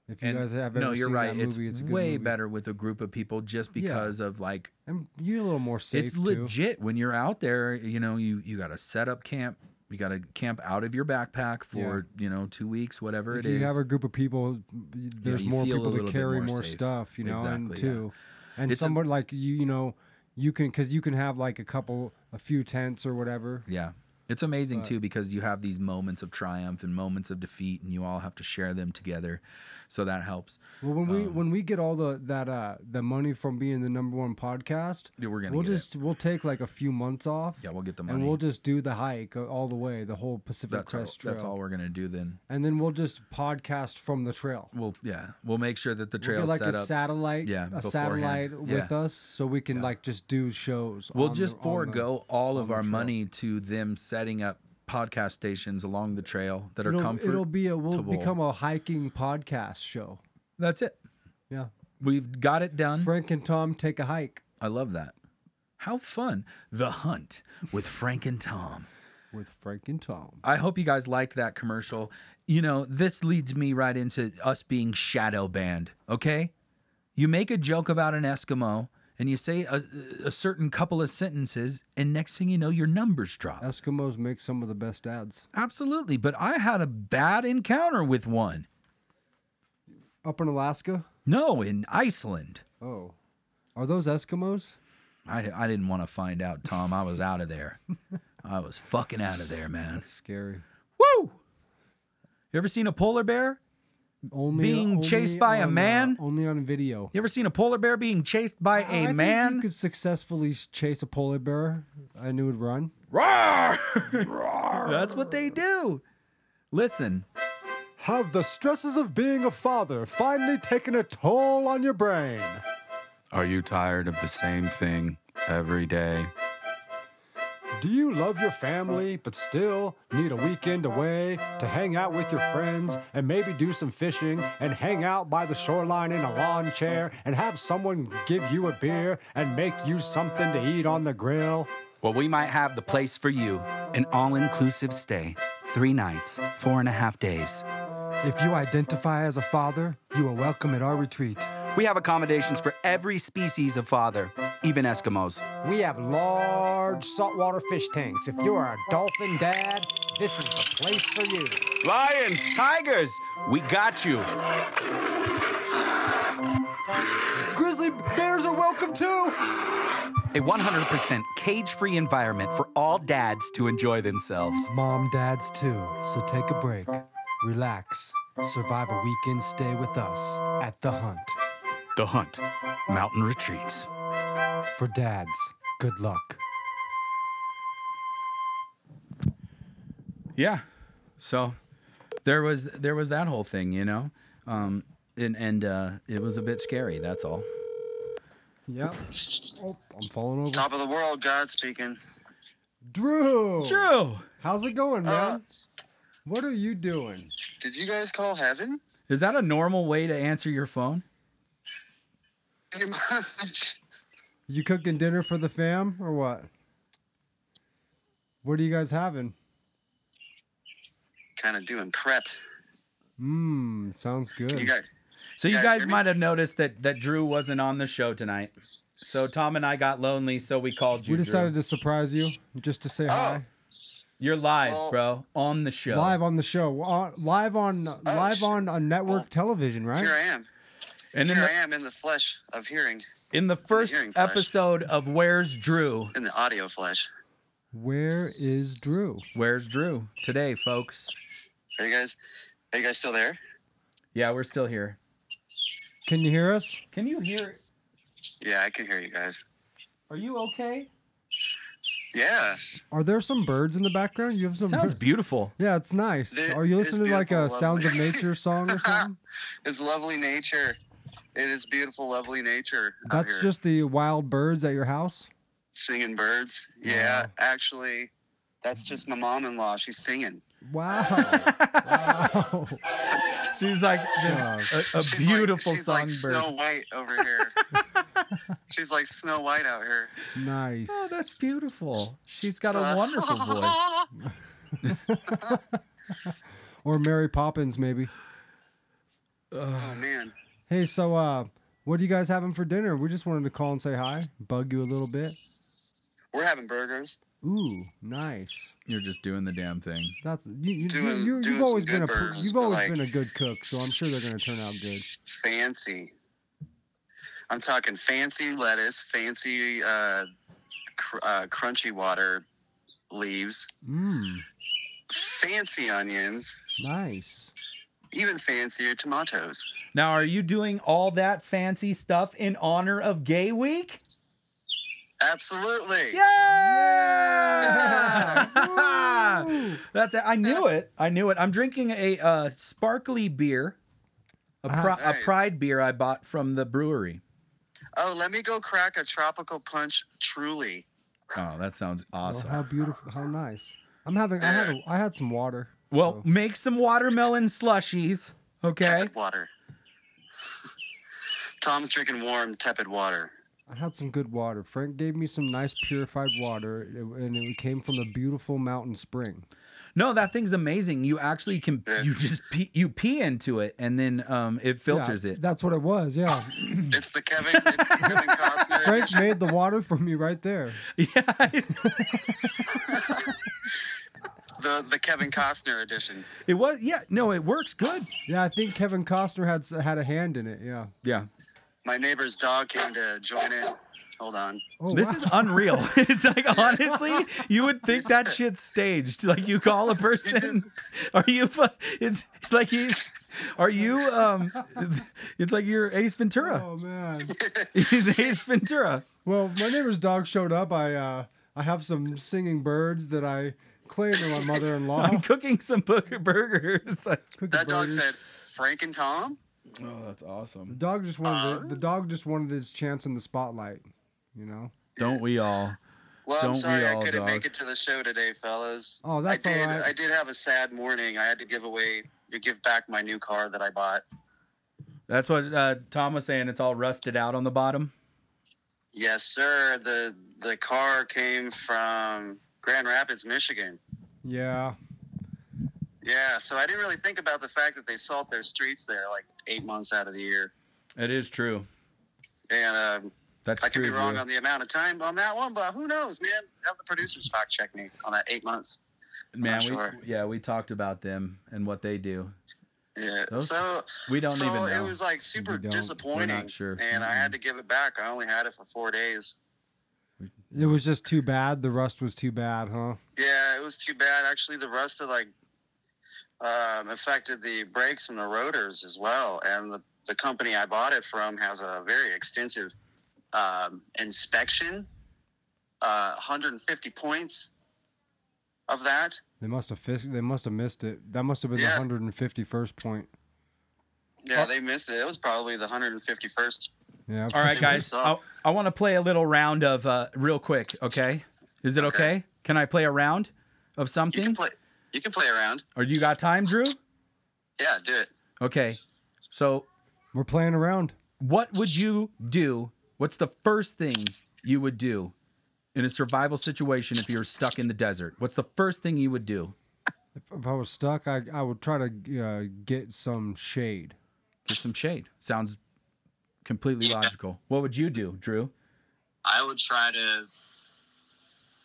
If you
And
guys have ever
no, you're
seen
right.
that
it's,
movie, it's, a good
way
movie.
better with a group of people just because of like
And you're a little more safe.
it's
too.
legit when you're out there. You know, you you got to set up camp. You got to camp out of your backpack for you know two weeks, whatever
If
it is.
you have a group of people, there's
you
more
feel a
people
little
to
bit
carry
more
more,
safe.
stuff, you know, and
Exactly, yeah.
too. And
It's a-
somewhat like you, you know, you can because you can have like a couple, a few tents or whatever.
Yeah. It's amazing too because you have these moments of triumph and moments of defeat and you all have to share them together. So that helps.
Well, when
Um,
we when we get all the that uh the money from being the number one podcast,
Yeah, we're gonna
we'll
get it.
just we'll take like a few months off.
Yeah, we'll get the
and
money.
we'll just do the hike uh, all the way, the whole Pacific
That's all,
Crest Trail.
that's all we're going to do then.
And then we'll just podcast from the trail.
We'll yeah, we'll make sure that the
We'll
trail's
get like
set
a
up.
satellite,
Mm, Yeah,
a
beforehand.
satellite with
Yeah.
us, so we can like just do shows.
we'll
on the-
just
on the-
forego all of
the
our
trail.
money to them setting up podcast stations along the trail that are
it'll,
comfortable.
It'll be a we'll
comfortable.
become a hiking podcast show.
That's it.
Yeah,
We've got it done.
Frank and Tom take a hike
I love that. How fun. The Hunt with Frank and Tom.
with Frank and Tom.
I hope you guys liked that commercial. You know, this leads me right into us being shadow banned, okay? You make a joke about an Eskimo and you say a, a certain couple of sentences, and next thing you know, your numbers drop.
Eskimos make some of the best ads.
Absolutely. But I had a bad encounter with one.
Up in Alaska.
No, in Iceland.
Oh, are those Eskimos?
I, I didn't want to find out, Tom. I was out of there. I was fucking out of there, man.
Scary.
Woo! You ever seen a polar bear?
Only
Being
only
chased by a
on, uh,
man?
only on video.
You ever seen a polar bear being chased by
Oh, I
a
think
man?
you could successfully chase a polar bear and it would run.
Roar! That's what they do. Listen,
Have the stresses of being a father finally taken a toll on your brain?
are you tired of the same thing every day?
Do you love your family but still need a weekend away to hang out with your friends and maybe do some fishing and hang out by the shoreline in a lawn chair and have someone give you a beer and make you something to eat on the grill?
Well, we might have the place for you an all inclusive stay. Three nights, four and a half days.
If you identify as a father, you are welcome at our retreat.
We have accommodations for every species of father, even Eskimos.
We have large saltwater fish tanks. If you are a dolphin dad, this is the place for you.
Lions, tigers, we got you.
Grizzly bears are welcome too.
A 100% cage free environment for all dads to enjoy themselves.
Mom, dads too. So take a break, relax, survive a weekend stay with us at The Hunt
The Hunt, Mountain Retreats.
for dads Good luck.
Yeah. So there was there was that whole thing, you know. Um and and uh it was a bit scary, that's all.
Yep. Oh, I'm falling over.
Top of the world, God speaking.
Drew.
Drew,
How's it going, man?
Uh,
what are you doing?
Did you guys call heaven?
is that a normal way to answer your phone?
Pretty much.
You cooking dinner for the fam or what? What are you guys having?
kind of doing prep.
Mmm, sounds good.
You guys,
So you
Guys,
guys
hear me?
might have noticed that that Drew wasn't on the show tonight. So Tom and I got lonely, so we called you.
we decided
Drew.
to surprise you just to
Oh,
say hi.
You're live,
Well-
bro, on the show.
Live on the show. We're on- live on live
sh-
on a network television, right?
here I am.
and then
Here
the-
I am in the flesh of hearing,
in the first
hearing flash.
episode of Where's Drew?
in the audio flesh.
Where is Drew?
Where's Drew today, folks?
Are you guys? Are you guys still there?
Yeah, we're still here.
Can you hear us?
Can you hear?
Yeah, I can hear you guys.
Are you okay?
Yeah.
Are there some birds in the background? You have some
Sounds
bir-
beautiful.
Yeah, it's nice.
There-
Are you
it's
listening to like a
beautiful,
Sounds of
lovely.
Nature song or something?
It's lovely nature. It is beautiful, lovely nature. out
That's
here.
just the wild birds at your house.
singing birds. Yeah, actually, that's just my mom-in-law. She's singing.
Wow.
Oh.
wow.
She's like just a, a
She's
beautiful
like, she's like
songbird.
Snow White over here. she's like Snow White out here.
Nice.
oh, that's beautiful. She's got a wonderful voice.
Or Mary Poppins maybe.
Oh man.
Hey, so uh what are you guys having for dinner? We just wanted to call and say hi, bug you a little bit.
We're having burgers.
Ooh, nice.
You're just doing the damn thing.
That's you. you,
Doing-
you, you
doing
have always
some good
been a pr-
burgers,
you've
but,
always
like-
been a good cook, so I'm sure they're gonna turn out good.
Fancy. I'm talking fancy lettuce, fancy uh, cr- uh, crunchy water leaves,
Mmm,
fancy onions,
nice.
even fancier tomatoes.
Now, are you doing all that fancy stuff in honor of Gay Week?
Absolutely.
Yeah! That's it. I knew it. I knew it. I'm drinking a uh, sparkly beer, a, pri-
nice.
a pride beer I bought from the brewery.
Oh, let me go crack a tropical punch. Truly.
Oh, that sounds
Well,
awesome.
how beautiful, how nice. I'm having. I had. A, I had some water.
Well, make some watermelon slushies, okay?
Tepid water. Tom's drinking warm, tepid water.
I had some good water. Frank gave me some nice purified water, it- and it came from a beautiful mountain spring.
No, that thing's amazing. You actually can
Yeah.
you just pee, you pee into it and then um it
Yeah,
filters it.
That's what it was. Yeah.
It's the Kevin, it's the Kevin Costner.
Frank made the water for me right there.
Yeah.
the the Kevin Costner edition.
It was yeah, no, it works good.
Yeah, I think Kevin Costner had s- had a hand in it. Yeah.
Yeah.
My neighbor's dog came to join in. Hold on.
Oh,
This
wow.
is unreal. it's like honestly, you would think that shit's staged. Like you call a person, are you? fu- It's like he's. Are you? Um, it's like you're Ace Ventura.
Oh man.
He's Ace Ventura.
Well, my neighbor's dog showed up. I uh, I have some singing birds that I claimed to my mother-in-law.
I'm cooking some booger burgers. Like,
Cooking
That dog
burgers.
said, "Frank and Tom."
oh, that's awesome.
The dog just wanted the, the dog just wanted his chance in the spotlight, you know.
Don't we all?
Well,
Don't
I'm
we
sorry I
all,
couldn't
dog.
make it to the show today, fellas.
Oh, that's
I did.
all right.
I did have a sad morning. I had to give away, to give back my new car that I bought.
That's what uh, Tom was saying. It's all rusted out on the bottom.
Yes, sir. The the car came from Grand Rapids, Michigan.
Yeah.
Yeah, so I didn't really think about the fact that they salt their streets there like eight months out of the year.
It is true.
And um,
That's
I could
true.
be wrong
Drew.
on the amount of time on that one, but who knows, man? Have the producers fact check me on that eight months.
Man, we,
sure.
yeah, we talked about them and what they do.
Yeah.
Those-
so
We don't
so
even know.
it was like super
We don't.
disappointing.
We're not sure.
And I had to give it back. I only had it for four days.
It was just too bad. The rust was too bad, huh?
Yeah, it was too bad. Actually the rust had like um, affected the brakes and the rotors as well. And the, the company I bought it from has a very extensive um, inspection uh, 150 points of that.
They must have fis- they must have missed it. That must have been
Yeah.
the 151st point.
Yeah, they missed it. It was probably the 151st.
Yeah.
All right, guys.
So-
I, I want to play a little round of uh, real quick. Okay, is it okay?
Okay.
Can I play a round of
You can
something,
play. You can play around.
or you got time, Drew?
Yeah, do it.
Okay. So,
We're playing around.
what would you do? What's the first thing you would do in a survival situation if you were stuck in the desert? What's the first thing you would do?
If, if I was stuck, I I would try to uh, get some shade.
Get some shade. Sounds completely logical. What would you do, Drew?
I would try to.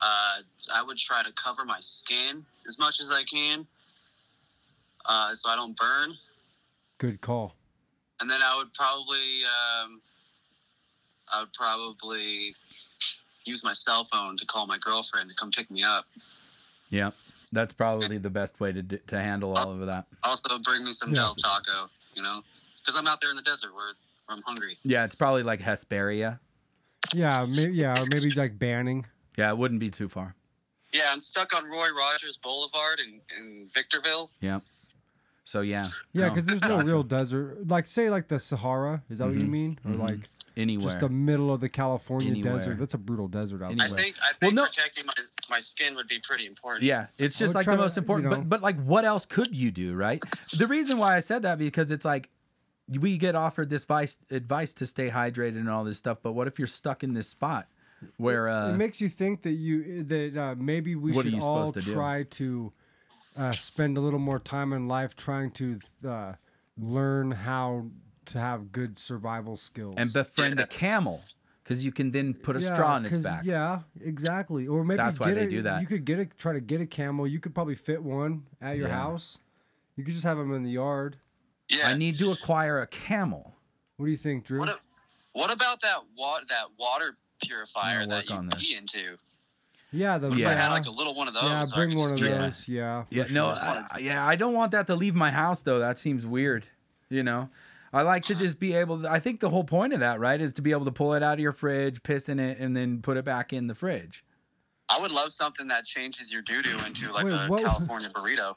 Uh, I would try to cover my skin as much as I can, uh, so I don't burn.
Good call.
And then I would probably, um, I would probably use my cell phone to call my girlfriend to come pick me up.
Yeah, that's probably the best way to d- to handle
Uh,
all of that.
Also, bring me some
Yeah.
Del Taco, you know, because I'm out there in the desert where, it's, where I'm hungry.
Yeah, it's probably like Hesperia.
Yeah, maybe yeah, or maybe like banning.
Yeah, it wouldn't be too far.
Yeah, I'm stuck on Roy Rogers Boulevard in, in Victorville.
Yeah. So yeah.
Yeah,
No,
because there's no
gotcha. Mm-hmm.
real desert. Like say like the Sahara. Is that what you mean? Or like
anywhere.
just the middle of the California
Anywhere.
desert. That's a brutal desert out
I
Anywhere.
there.
think I think
no-
protecting my, my skin would be pretty important.
Yeah, it's just
We're
like the
trying to,
most
you
important.
know.
But but like, what else could you do, right? The reason why I said that because it's like we get offered this vice advice to stay hydrated and all this stuff. But what if you're stuck in this spot where
it
uh,
makes you think that you that uh, maybe we
What are
should
you
all
supposed to do?
try to uh, spend a little more time in life trying to uh, learn how to have good survival skills
and befriend a camel because you can then put a
Yeah,
straw in its
'cause-
back.
Yeah, exactly. Or maybe
That's why
get
they
a-
do that.
You could get a try to get a camel. You could probably fit one at your
Yeah.
house. You could just have them in the yard.
yeah.
I need to acquire a camel.
What do you think, Drew?
What, a, what about that water that water purifier
I'm gonna
that
work
you
on this.
pee into?
yeah, the
If I
yeah,
had like a little one of those.
yeah
so I
bring
could
one of
just drink it.
those. Yeah, for
Yeah, no, uh,
sure.
I, I- yeah, I don't want that to leave my house though. That seems weird, you know. I like to just be able. To, I think the whole point of that, right, is to be able to pull it out of your fridge, piss in it, and then put it back in the fridge.
I would love something that changes your doo doo into like
Wait,
a
what-
California burrito.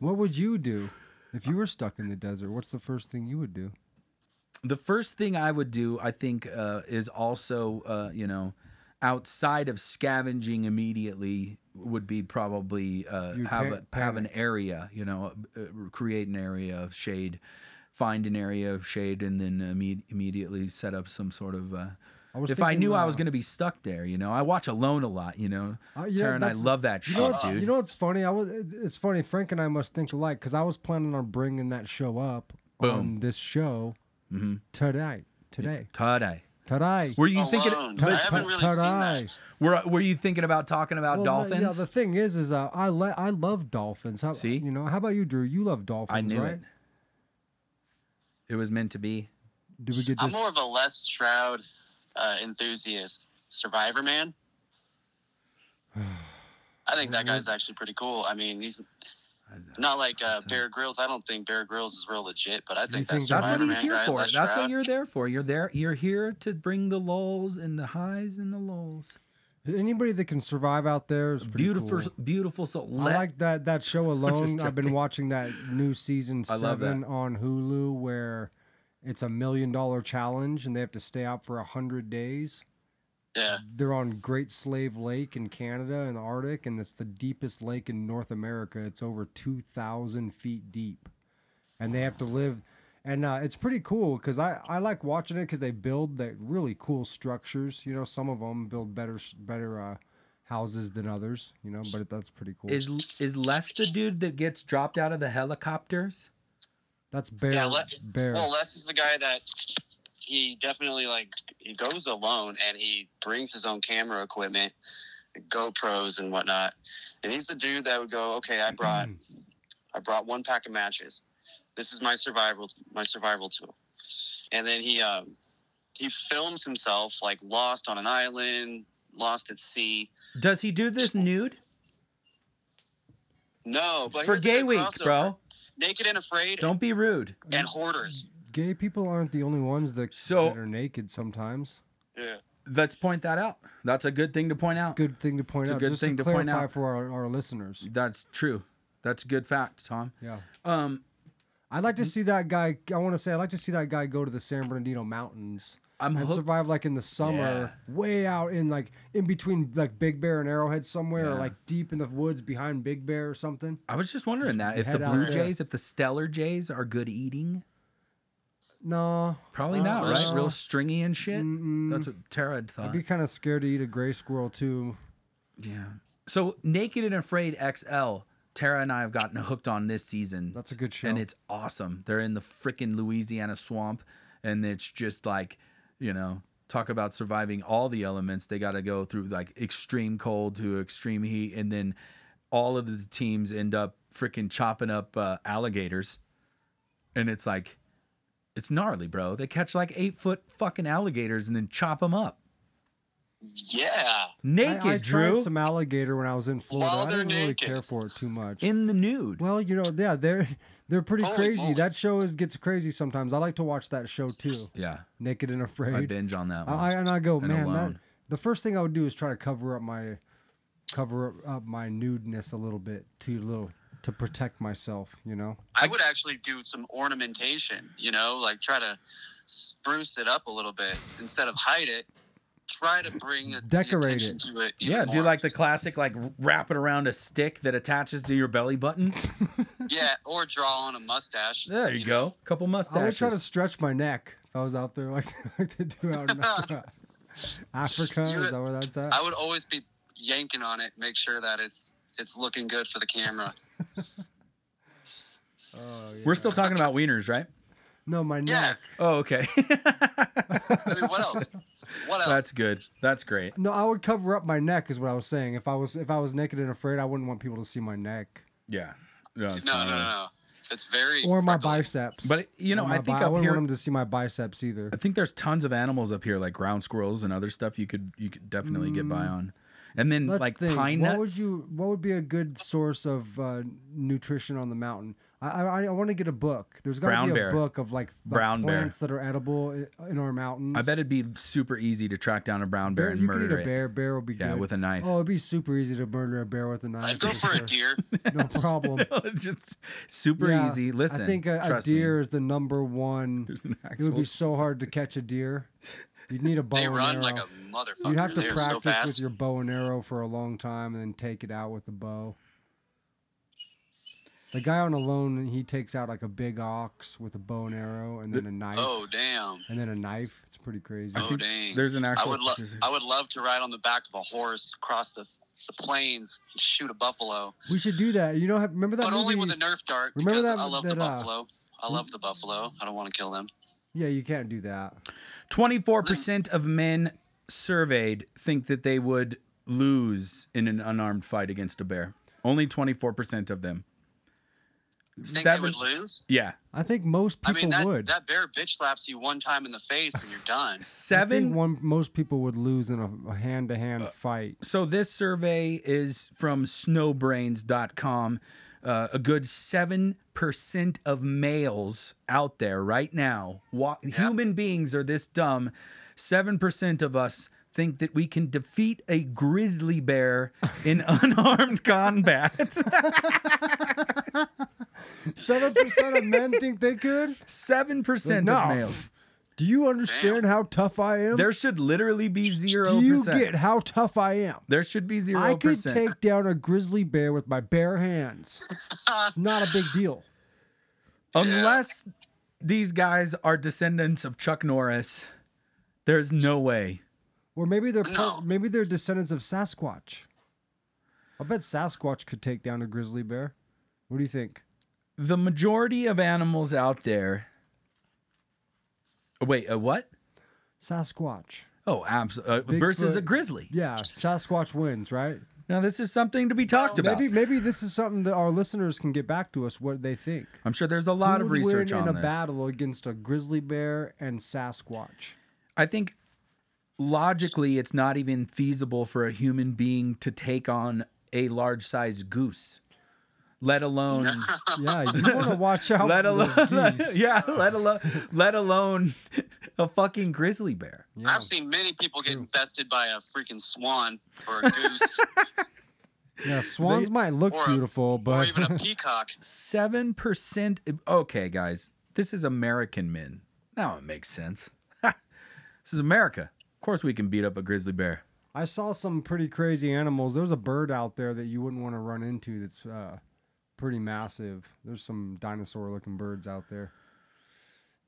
What would you do if you were stuck in the desert? What's the first thing you would do?
the first thing I would do, I think, uh, is also, uh, you know, outside of scavenging immediately would be probably uh,
You
have
pa-
a, have an area, you know, uh, create an area of shade, find an area of shade, and then imme- immediately set up some sort of. Uh,
I was
if I
thinking,
knew I
uh,
was going to be stuck there, you know, I watch Alone a lot, you know.
Uh,
Uh,
yeah,
I
that's-
love that
You
shit,
know, what's,
dude.
you know what's funny? I was. It's funny. Frank and I must think alike because I was planning on bringing that show up
Boom. Mm-hmm.
on this show today. Today.
Today,
Today.
were you thinking?
Alone.
Today.
I haven't really seen that.
Today.
Were, were you thinking about talking about
Well, no,
dolphins?
Yeah, the thing is, is uh, I le- I love dolphins. How,
See?
you know, how about you, Drew? You love dolphins,
I knew
right?
it. It was meant to be.
Did we get
I'm
this?
more of a Les Stroud uh, enthusiast, Survivor Man. I think that guy's actually pretty cool. I mean, he's not like uh, Bear Grylls. I don't think Bear Grylls is real legit, but I think
think
that's
that's
That's what
Survivor
he's
Man
here
guy,
for.
Les
That's what
Stroud.
you're there for. You're there. You're here to bring the lulls and the highs and the lows.
Anybody that can survive out there is pretty
Beautiful,
cool.
beautiful. So
I like that that show alone. I've been
joking.
watching that new season
I love that.
seven on Hulu where it's a million dollar challenge and they have to stay out for a hundred days.
Yeah,
They're on Great Slave Lake in Canada and the Arctic, and it's the deepest lake in North America. It's over two thousand feet deep, and they have to live. And uh, it's pretty cool because I, I like watching it because they build that really cool structures. You know, some of them build better s- better uh, houses than others. You know, but that's pretty cool.
Is is Les the dude that gets dropped out of the helicopters?
That's bear.
yeah. Le-
bear.
Well, Les is the guy that he definitely like. He goes alone and he brings his own camera equipment, GoPros and whatnot. And he's the dude that would go, "Okay, I brought,
Mm-hmm.
I brought one pack of matches. This is my survival, my survival tool." And then he um, he films himself like lost on an island, lost at sea.
Does he do this nude
No, but
for
here's the
Gay
good
Week,
crossover.
bro?
Naked and afraid
Don't be rude.
and hoarders.
Gay people aren't the only ones that,
So-
that are naked sometimes.
Yeah.
Let's point that out. That's a good thing to point
It's a
out.
good thing to point
It's a
out.
good
just
thing
to
to
clarify
point out.
for our, our listeners.
That's true. That's a good fact, Tom.
Yeah.
Um,
I'd like to see that guy. I want to say I'd like to see that guy go to the San Bernardino Mountains
I'm
and
hooked-
survive like in the summer, way out in like in between like Big Bear and Arrowhead somewhere, or
Yeah.
like deep in the woods behind Big Bear or something.
I was just wondering that if
head
the
out
Blue
there.
Jays, if the Stellar Jays are good eating,
No,
probably not, right?
no.
uh,
Real stringy and shit. That's what Tara had
I'd
thought.
be kind of scared to eat a gray squirrel too.
Yeah. So Naked and Afraid XL, Tara and I have gotten hooked on this season.
That's a good show.
And it's awesome. They're in the freaking Louisiana swamp and it's just like, you know, talk about surviving all the elements. They got to go through like extreme cold to extreme heat and then all of the teams end up freaking chopping up uh, alligators. And it's like it's gnarly, bro. They catch like 8-foot fucking alligators and then chop them up.
Yeah.
Naked,
I, I
Drew.
tried some alligator when I was in Florida.
While
I
they're
didn't really
naked.
care for it too much.
in the nude.
well, you know, yeah, they're they're pretty
Holy
crazy.
moly.
That show is gets crazy sometimes. I like to watch that show too.
yeah.
Naked and Afraid.
I binge on that one.
I, I and I go,
and
man. That,
alone."
the first thing I would do is try to cover up my cover up- up my nudeness a little bit to little to protect myself. You know,
I would actually do some ornamentation, you know, like try to spruce it up a little bit instead of hide it. Try to bring the
Decorate
attention
it.
to it. even
yeah, do
more.
like the classic, like wrap it around a stick that attaches to your belly button.
yeah, or draw on a mustache.
There you
know.
go. Couple mustaches.
I would try to stretch my neck if I was out there like, like they do out in Africa. Africa
You
is
would-
that where that's at?
I would always be yanking on it, make sure that it's it's looking good for the camera.
Oh, yeah.
We're still talking about wieners, right?
no, my
Yeah.
neck.
Oh, okay.
I mean, what else? What else?
That's good. That's great.
No, I would cover up my neck is what I was saying. If I was if I was naked and afraid, I wouldn't want people to see my neck
Yeah. No, it's
no, no,
not-
no, no. It's very
or my
freckly.
biceps.
But you know,
Or my
I think
bi- I
up
wouldn't
here,
want them to see my biceps either.
I think there's tons of animals up here, like ground squirrels and other stuff. You could you could definitely get by on. And then
Mm. Let's
like
think.
pine
what
nuts.
would you? What would be a good source of uh, nutrition on the mountain? I I, I want to get a book. There's got
Brown
to be a
bear.
book of like, like
Brown bear.
plants that are edible i- in our mountains.
I bet it'd be super easy to track down a brown bear,
bear,
and
you could
murder
eat a
it.
bear. Bear will be
Yeah,
good.
with a knife.
Oh, it'd be super easy to murder a bear with a knife.
I'd go for a deer.
No problem.
Just super
Yeah,
easy. Listen,
I think a, a
trust me.
deer is the number one.
There's an
It would
actual-
be so hard to catch a deer. You'd need a bow
They
and
run
arrow.
like a motherfucker.
You'd have to
They're so
practice
fast.
with your bow and arrow for a long time and then take it out with the bow. The guy on alone, he takes out like a big ox with a bow and arrow and then a knife.
Oh damn.
And then a knife. It's pretty crazy.
I
Oh,
think
dang.
there's an
I
actual.
would love I would love to ride on the back of a horse across the, the plains and shoot a buffalo.
We should do that. You know, have- remember that
but
movie?
only with a Nerf dart
Remember
because
that-
I love the
that, uh,
buffalo. I love the buffalo. I don't want to kill them.
yeah, you can't do that.
24% of men surveyed think that they would lose in an unarmed fight against a bear. Only 24% of them.
Think
Seven-
they would lose?
Yeah.
I think most
I
people
mean that,
would.
that bear bitch slaps you one time in the face and you're
I
done.
think
Seven.
one, most people would lose in a- a hand to
Uh.
hand fight.
So this survey is from snowbrains.com. Uh, a good 7% of males out there right now, wa- human beings are this dumb. 7% of us think that we can defeat a grizzly bear in unarmed combat.
Seven percent of men think they could.
Seven percent
No.
of males.
Do you understand how tough I am?
There should literally be zero.
do you get how tough I am?
There should be zero
I could
percent.
take down a grizzly bear with my bare hands. It's not a big deal.
Unless these guys are descendants of Chuck Norris, there's no way.
Or maybe they're
No.
maybe they're descendants of Sasquatch. I bet Sasquatch could take down a grizzly bear. What do you think?
The majority of animals out there. Oh, Wait, a what?
Sasquatch.
Oh, absolutely. Uh, versus
Bigfoot.
a grizzly.
Yeah, Sasquatch wins, right?
Now this is something to be talked about.
Maybe maybe this is something that our listeners can get back to us what they think.
I'm sure there's a
Who
lot of
would
research
win
on
in
this.
a battle against a grizzly bear and Sasquatch.
I think logically it's not even feasible for a human being to take on a large sized goose, let alone
Yeah, you want to watch out
let
for
alone
those geese.
yeah, let alone let alone a fucking grizzly bear.
Yeah.
I've seen many people get
True.
infested by a freaking swan or a goose
Yeah, swans might look
or a-
beautiful,
or
but
even a peacock.
7%. Okay, guys, this is American men. Now it makes sense. this is America. Of course, we can beat up a grizzly bear.
I saw some pretty crazy animals. There's a bird out there that you wouldn't want to run into. That's uh, pretty massive. There's some dinosaur-looking birds out there.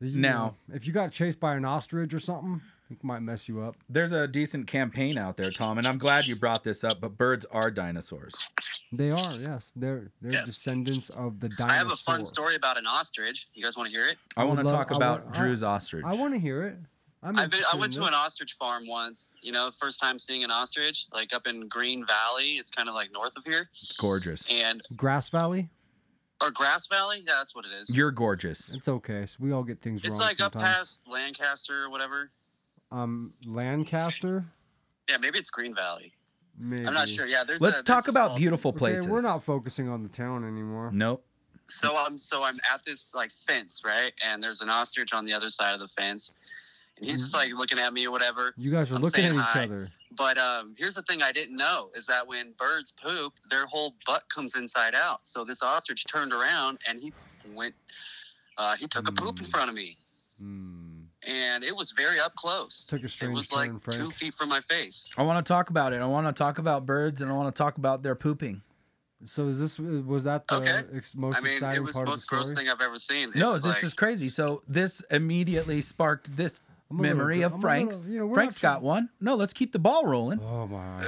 That you-
Now-
if you got chased by an ostrich or something, it might mess you up.
There's a decent campaign out there, Tom, and I'm glad you brought this up, but birds are dinosaurs.
They are, yes. They're they're
Yes.
descendants of the dinosaur.
I have a fun story about an ostrich. You guys want to hear it?
I,
I would
want to
love-
talk
I
about
want- I-
Drew's ostrich.
I want to hear it. I'm
I've been, I
interested
went
in
to an
this.
ostrich farm once. You know, first time seeing an ostrich, like up in Green Valley. It's kind of like north of here,
gorgeous.
and
Grass Valley.
or Grass Valley. Yeah, that's what it is.
You're gorgeous.
It's okay. So we all get things
it's
wrong.
like
sometimes.
up past Lancaster or whatever.
um Lancaster.
Yeah, maybe it's Green Valley.
Maybe.
I'm not sure. Yeah, there's.
Let's
a, there's
talk
a
about
small-
beautiful places.
Okay, we're not focusing on the town anymore.
Nope.
So I'm so I'm at this like fence, right? And there's an ostrich on the other side of the fence, and he's just like looking at me or whatever.
You guys are
I'm
looking at
saying
each
hi.
other.
But um, here's the thing I didn't know is that when birds poop, their whole butt comes inside out. So this ostrich turned around and he went, uh, he took a poop in
Hmm.
front of me,
Mm.
and it was very up close.
Took a
it
strange
was like
turn, Frank.
two feet from my face.
I want to talk about it. I want to talk about birds and I want to talk about their pooping.
So is this uh, was that the
Okay.
ex- most
I mean,
exciting
it was the
part of
most
the
gross
story?
thing I've ever seen. It
no,
was
this
like-
is crazy. So this immediately sparked this
I'm a little
memory
bit-
of
I'm a little-
Frank's.
you know, we're
Frank's
not tr-
got one. No, let's keep the ball rolling.
Oh my!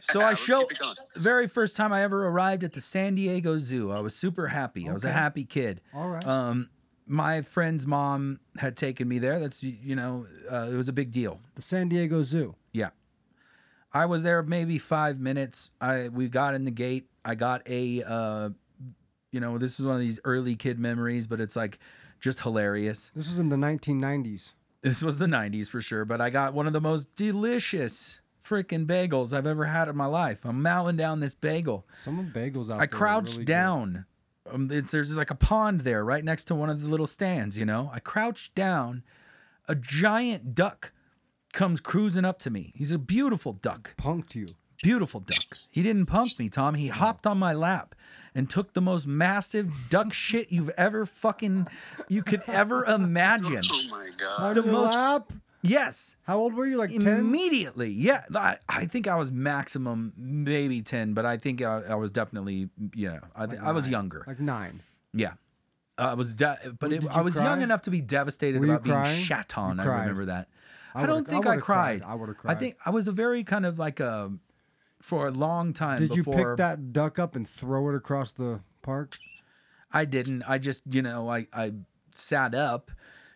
So
Yeah,
I
let's
show
keep it going. Oh
the very first time I ever arrived at the San Diego Zoo. I was super happy. I was a
Okay.
happy kid.
All right.
Um, my friend's mom had taken me there. That's you know, uh, it was a big deal.
the San Diego Zoo.
Yeah. I was there maybe five minutes. I we got in the gate. I got a uh you know, this is one of these early kid memories, but it's like just hilarious.
This was in the 1990s.
This was the nineties for sure, but I got one of the most delicious freaking bagels I've ever had in my life. I'm mowing down this bagel.
Some of the bagels out there.
I
are
crouched
really good.
down. Um, it's, there's like a pond there right next to one of the little stands, you know? I crouched down. A giant duck comes cruising up to me. He's a beautiful duck.
Punked you.
Beautiful duck. He didn't punk me, Tom. He hopped on my lap and took the most massive duck shit you've ever fucking you could ever imagine.
Oh my god!
On
the
your
most-
lap?
Yes.
How old were you? Like 10?
Immediately. Yeah. I, I think I was maximum maybe 10, but I think I, I was definitely, you know, I, I was younger.
Like nine.
yeah. I was, de- but it,
did
I
you
was
cry?
young enough to be devastated
Were you
about being
crying?
shat on.
You
I
cried.
remember that.
I
I,
would've-
don't think
I
I,
would've
cried.
cried. I would've
I
cried.
think I was a very kind of like a, for a long time
Did you
before.
pick that duck up and throw it across the park?
I didn't. I just, you know, I, I sat up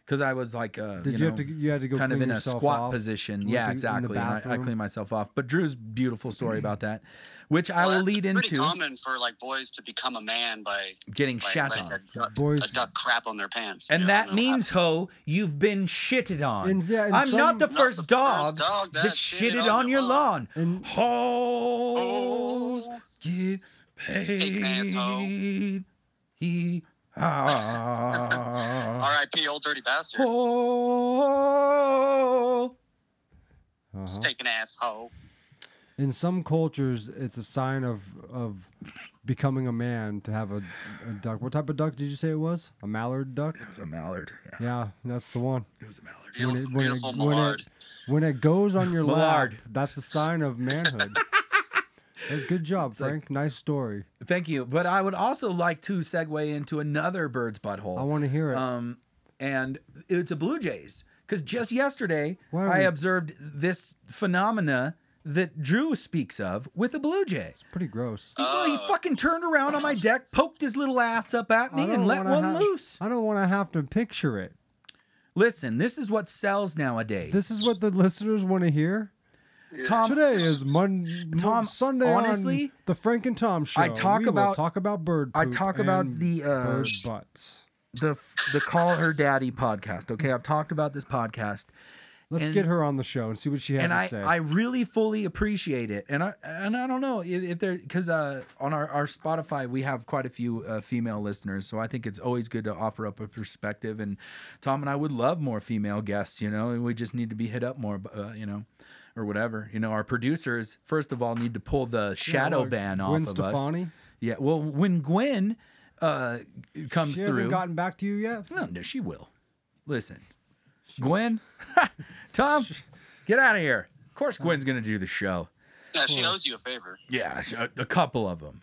because I was like, uh,
Did you,
know,
have to? You had to go
kind of
clean
in a
yourself
squat
off?
position.
Went
Yeah,
to- in the
exactly. And I, I
bathroom?
clean myself off. But Drew's beautiful story about that, which I
Well,
will
that's
lead
pretty
into
common for like boys to become a man by
getting
like,
shat
letting
on.
A duck,
Boys-
a duck crap on their pants.
And
you know,
that
don't
means, ho, you've been shitted on.
And yeah, and
I'm not the
some- Not
the
first
first
dog,
dog
that
that
shitted, on your lawn.
And-
Hoes
Oh.
get
Steak ass hoe.
paid. He ah.
R.I.P. Old dirty bastard.
Oh. Ho.
Uh-huh.
Steak and ass hoe.
In some cultures, it's a sign of of becoming a man to have a, a duck. What type of duck did you say it was? A mallard duck?
It was a mallard. Yeah,
Yeah, that's the one.
it was a mallard.
When it,
Beautiful,
when it,
beautiful
when
Millard.
it, when it goes on your lap,
Millard.
that's a sign of manhood. That's- Good job, Frank. nice story.
Thank you. But I would also like to segue into another bird's butthole.
I want to hear it.
Um, and it's a Blue Jays because just yesterday
Why are
I
we-
observed this phenomena that Drew speaks of with a Blue Jay.
Pretty gross.
Well, he fucking turned around on my deck, poked his little ass up at
I
me,
don't
and let
wanna
one
ha-
loose.
I don't want to have to picture it.
Listen, this is what sells nowadays.
This is what the listeners want to hear.
Tom,
Today is Monday,
Tom,
Sunday
honestly,
on the Frank and Tom show.
I talk
We will
about-
talk about bird.
I
poop
talk about
and
the, uh,
bird butts.
the the call her daddy podcast. Okay, I've talked about this podcast,
Let's
And-
get her on the show and see what she has
and
to
I,
say.
I really fully appreciate it. And I and I don't know if, if there because uh, on our, our Spotify we have quite a few uh, female listeners, so I think it's always good to offer up a perspective. And Tom and I would love more female guests, you know, and we just need to be hit up more, uh, you know, or whatever. You know, our producers first of all need to pull the shadow
like
ban off
Gwen
of us.
Stefani?
Yeah, well, when Gwen uh, comes
she
through,
hasn't gotten back to you yet.
no, no, she will. Listen, Gwen, Tom, get out of here. Of course, Gwen's gonna do the show.
Yeah, she owes you a favor.
Yeah, a, a couple of them.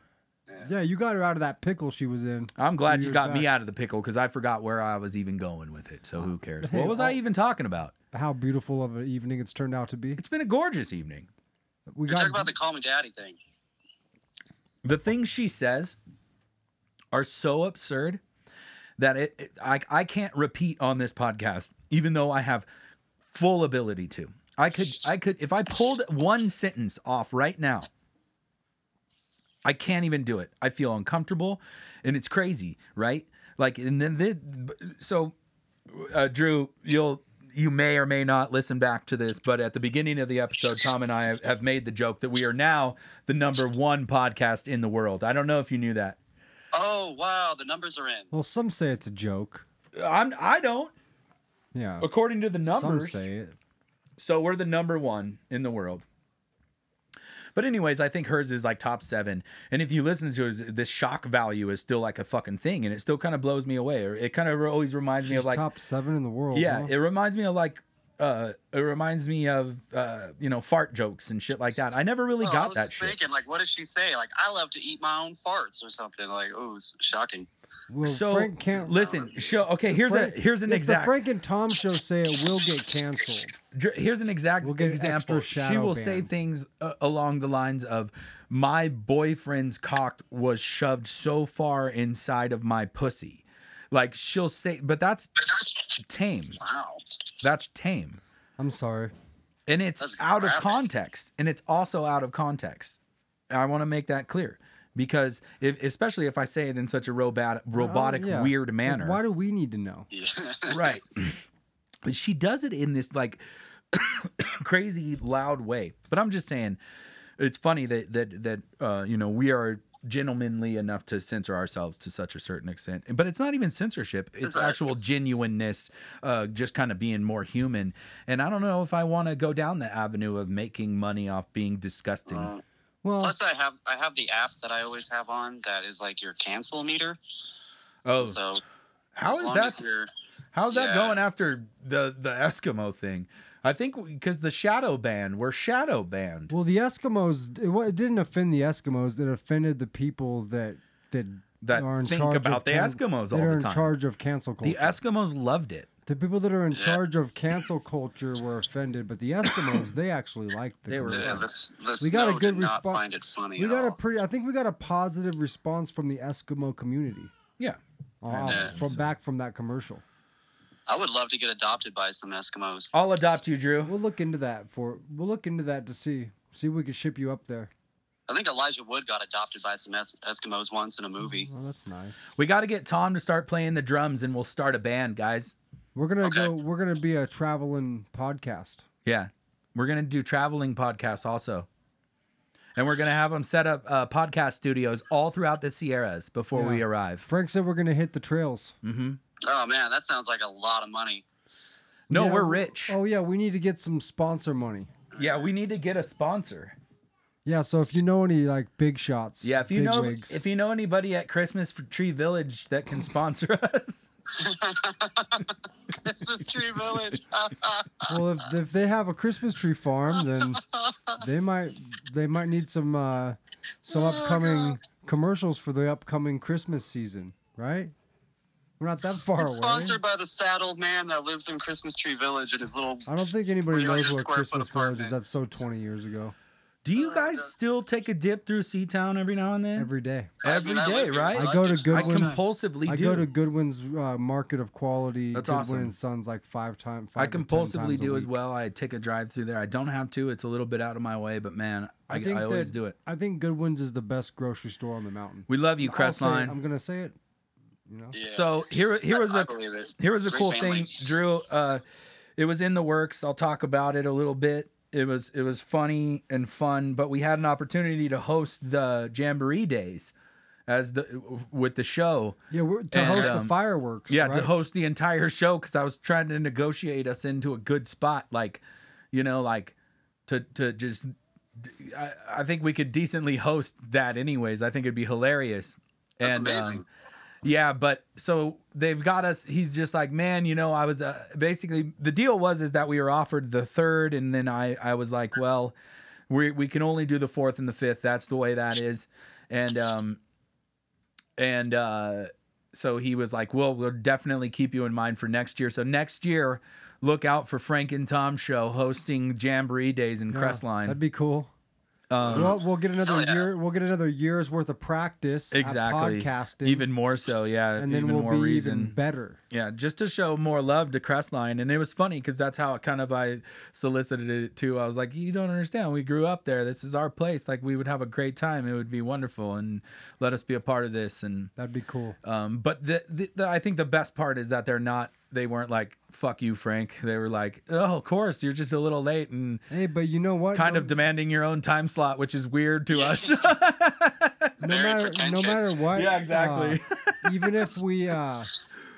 Yeah, you got her out of that pickle she was in.
I'm glad you
Few years
got me
back.
out of the pickle because I forgot where I was even going with it. So who cares?
Hey, oh.
What was I
I'll-
even talking about?
How beautiful of an evening it's turned out to be.
It's been a gorgeous evening.
We
You're
got
talking about the call me daddy thing.
The things she says are so absurd that it, it- I I can't repeat on this podcast, even though I have full ability to. I could I could if I pulled one sentence off right now. I can't even do it. I feel uncomfortable, and it's crazy, right? Like, and then the, so uh, Drew, you'll you may or may not listen back to this, but at the beginning of the episode, Tom and I have- have made the joke that we are now the number one podcast in the world. I don't know if you knew that.
Oh wow, the numbers are in.
well, some say it's a joke.
I'm I don't.
Yeah,
According to the numbers,
Some say it.
so we're the number one in the world. But anyways, I think hers is like top seven. And if you listen to it, this shock value is still like a fucking thing, and it still kind of blows me away. Or it kind of always reminds me
She's
of like
top seven in the world.
Yeah,
huh?
it reminds me of like uh it reminds me of uh you know fart jokes and shit like that. I never really
Oh, I
got
was
that
just
shit.
thinking, like, what does she say? Like, I love to eat my own farts or something. Like, oh, it's shocking.
well,
so
Frank can't
listen, show okay, here's
Frank-
a here's an
if
exact
The Frank and Tom show say it will get canceled.
dr- here's an exact
We'll get an
example.
extra
She
shadow
will say
ban.
things uh, along the lines of my boyfriend's cock was shoved so far inside of my pussy. Like she'll say but that's tame.
Wow.
That's tame.
I'm sorry.
and it's
That's
out of
graphic.
context and it's also out of context And i want to make that clear because if, especially if i say it in such a robot, robotic
Uh, yeah.
weird
Like,
manner
why do we need to know?
right but she does it in this like crazy loud way but i'm just saying it's funny that that that uh you know we are gentlemanly enough to censor ourselves to such a certain extent but it's not even censorship it's
Right.
actual genuineness uh just kind of being more human and i don't know if i want to go down the avenue of making money off being disgusting
Mm.
Well,
Plus, I have I have the app that I always have on that is like your cancel meter.
oh
So
how
as
is
long
that
as you're- uh,
How's that
Yeah.
going after the the Eskimo thing? I think because the shadow band, we're shadow banned.
well, the Eskimos. It, wa- it didn't offend the Eskimos. It offended the people that that
That
are in
think
charge
about
of
the
can-
Eskimos
that
all
are
the
in
time.
charge of cancel culture.
The Eskimos loved it.
The people that are in charge of cancel culture were offended, but the Eskimos they actually liked the.
They were-
yeah,
complaint.
this, this
We got a good
did not
response.
find it funny.
We
at
got a
all.
pretty. I think we got a positive response from the Eskimo community.
Yeah.
Uh,
know.
from back from that commercial.
I would love to get adopted by some Eskimos.
I'll adopt you, Drew.
We'll look into that for. We'll look into that to see see if we could ship you up there.
I think Elijah Wood got adopted by some es- Eskimos once in a movie.
Well, that's nice.
We got to get Tom to start playing the drums and we'll start a band, guys.
We're gonna
Okay.
go. We're gonna be a traveling podcast.
Yeah. We're going to do traveling podcasts also. And we're going to have them set up uh, podcast studios all throughout the Sierras before we
Yeah.
arrive.
Frank said we're gonna hit the trails.
Oh man, that sounds like a lot of money.
No,
Yeah,
we're
we-
rich.
Oh yeah, we need to get some sponsor money.
Yeah, we need to get a sponsor.
Yeah, so if you know any like big shots,
Yeah, if you
big
know
wigs,
if you know anybody at Christmas Tree Village that can sponsor us,
Christmas Tree Village.
Oh,
Uh,
well if, if they have a Christmas tree farm, then they might they might need some uh, some upcoming commercials for the upcoming Christmas season, right? We're not that far
It's
away.
sponsored by the sad old man that lives in Christmas Tree Village in his little.
I don't think anybody
We're
knows
just
what
square foot
Christmas village is.
apartment.
That's so 20 years ago.
Do you guys still take a dip through Seatown every now and then?
Every day.
Every
I mean, I
day,
live here,
right?
so
I go to
just- I
I
Goodwin's.
can-
compulsively
I
do.
go to Goodwin's uh, Market of Quality.
That's
Goodwin
awesome.
and Sons like five times.
I compulsively do as well. I take a drive through there. I don't have to. It's a little bit out of my way, but man, I, I, always
that-
do it.
I think Goodwin's is the best grocery store on the mountain.
We love you,
I'll say it. I'm
Crestline.
gonna say it. You know,
Yeah.
So here, here was
I
a
believe it.
here was a
Great
cool
family.
thing, Drew. Uh, it was in the works. I'll talk about it a little bit. It was it was funny and fun, but we had an opportunity to host the Jamboree Days as the with the show.
Yeah, we're, to
And,
host
um,
the fireworks.
Yeah, to
right?
host the entire show because I was trying to negotiate us into a good spot, like, you know, like to to just. I, I think we could decently host that, anyways. I think it'd be hilarious.
That's
and
amazing.
um, yeah, but so they've got us. He's just like, man, you know, I was uh, basically the deal was is that we were offered the third, and then I I was like, well, we we can only do the fourth and the fifth. That's the way that is, and um, and uh, so he was like, well, we'll definitely keep you in mind for next year. So next year, look out for Frank and Tom show hosting Jamboree Days in
Yeah,
Crestline. Um,
That'd be cool. well, we'll get another
hell yeah.
year. We'll get another year's worth of practice. at
exactly,
podcasting,
even more so, yeah,
and then
even
we'll
more
be
reason.
even better.
Yeah, just to show more love to Crestline, and it was funny because that's how kind of I solicited it too. I was like, "You don't understand. We grew up there. This is our place. Like, we would have a great time. It would be wonderful, and let us be a part of this." And
That'd be cool.
um, but the, the, the I think the best part is that they're not. They weren't like "fuck you, Frank." They were like, "Oh, of course, you're just a little late and
Hey, but you know what?
kind
no,
of demanding your own time slot, which is weird to us."
no
Very
matter no
pretentious.
matter what.
Yeah, exactly.
uh, even if we, uh,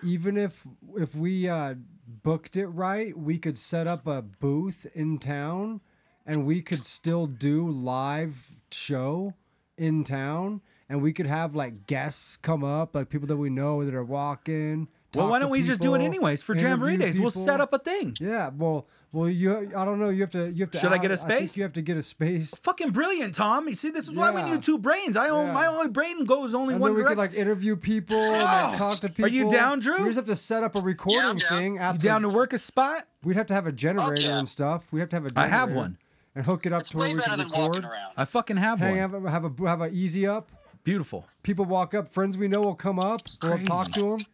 even if if we uh, booked it right, we could set up a booth in town, and we could still do live show in town, and we could have like guests come up, like people that we know that are walking.
well,
talk
why
to
don't we just do it
people,
anyways for Jamboree
interview
Days? We'll set
people.
up a thing.
Yeah, well, well, you. I don't know. You have to. You have to.
Should I get a
out- think
space?
you have to get a space.
fucking brilliant, Tom. You see, this is why we
Yeah.
need two brains. I own
Yeah.
my only brain goes only
And
one
then we
direction.
could like interview people and like, talk to people.
Oh, Are you down, Drew?
We just have to set up a
Yeah,
recording
I'm down.
thing. At
you
the,
down to work a spot?
We'd have to have a generator
yeah.
and stuff. We have to have a
I
generator.
have one.
And hook it up to where
Way
we
better
can
than walking
record.
around.
I fucking have
Hang
one.
have a, have a have a easy up.
Beautiful.
People walk up. Friends we know will come up. We'll
Crazy.
talk to them.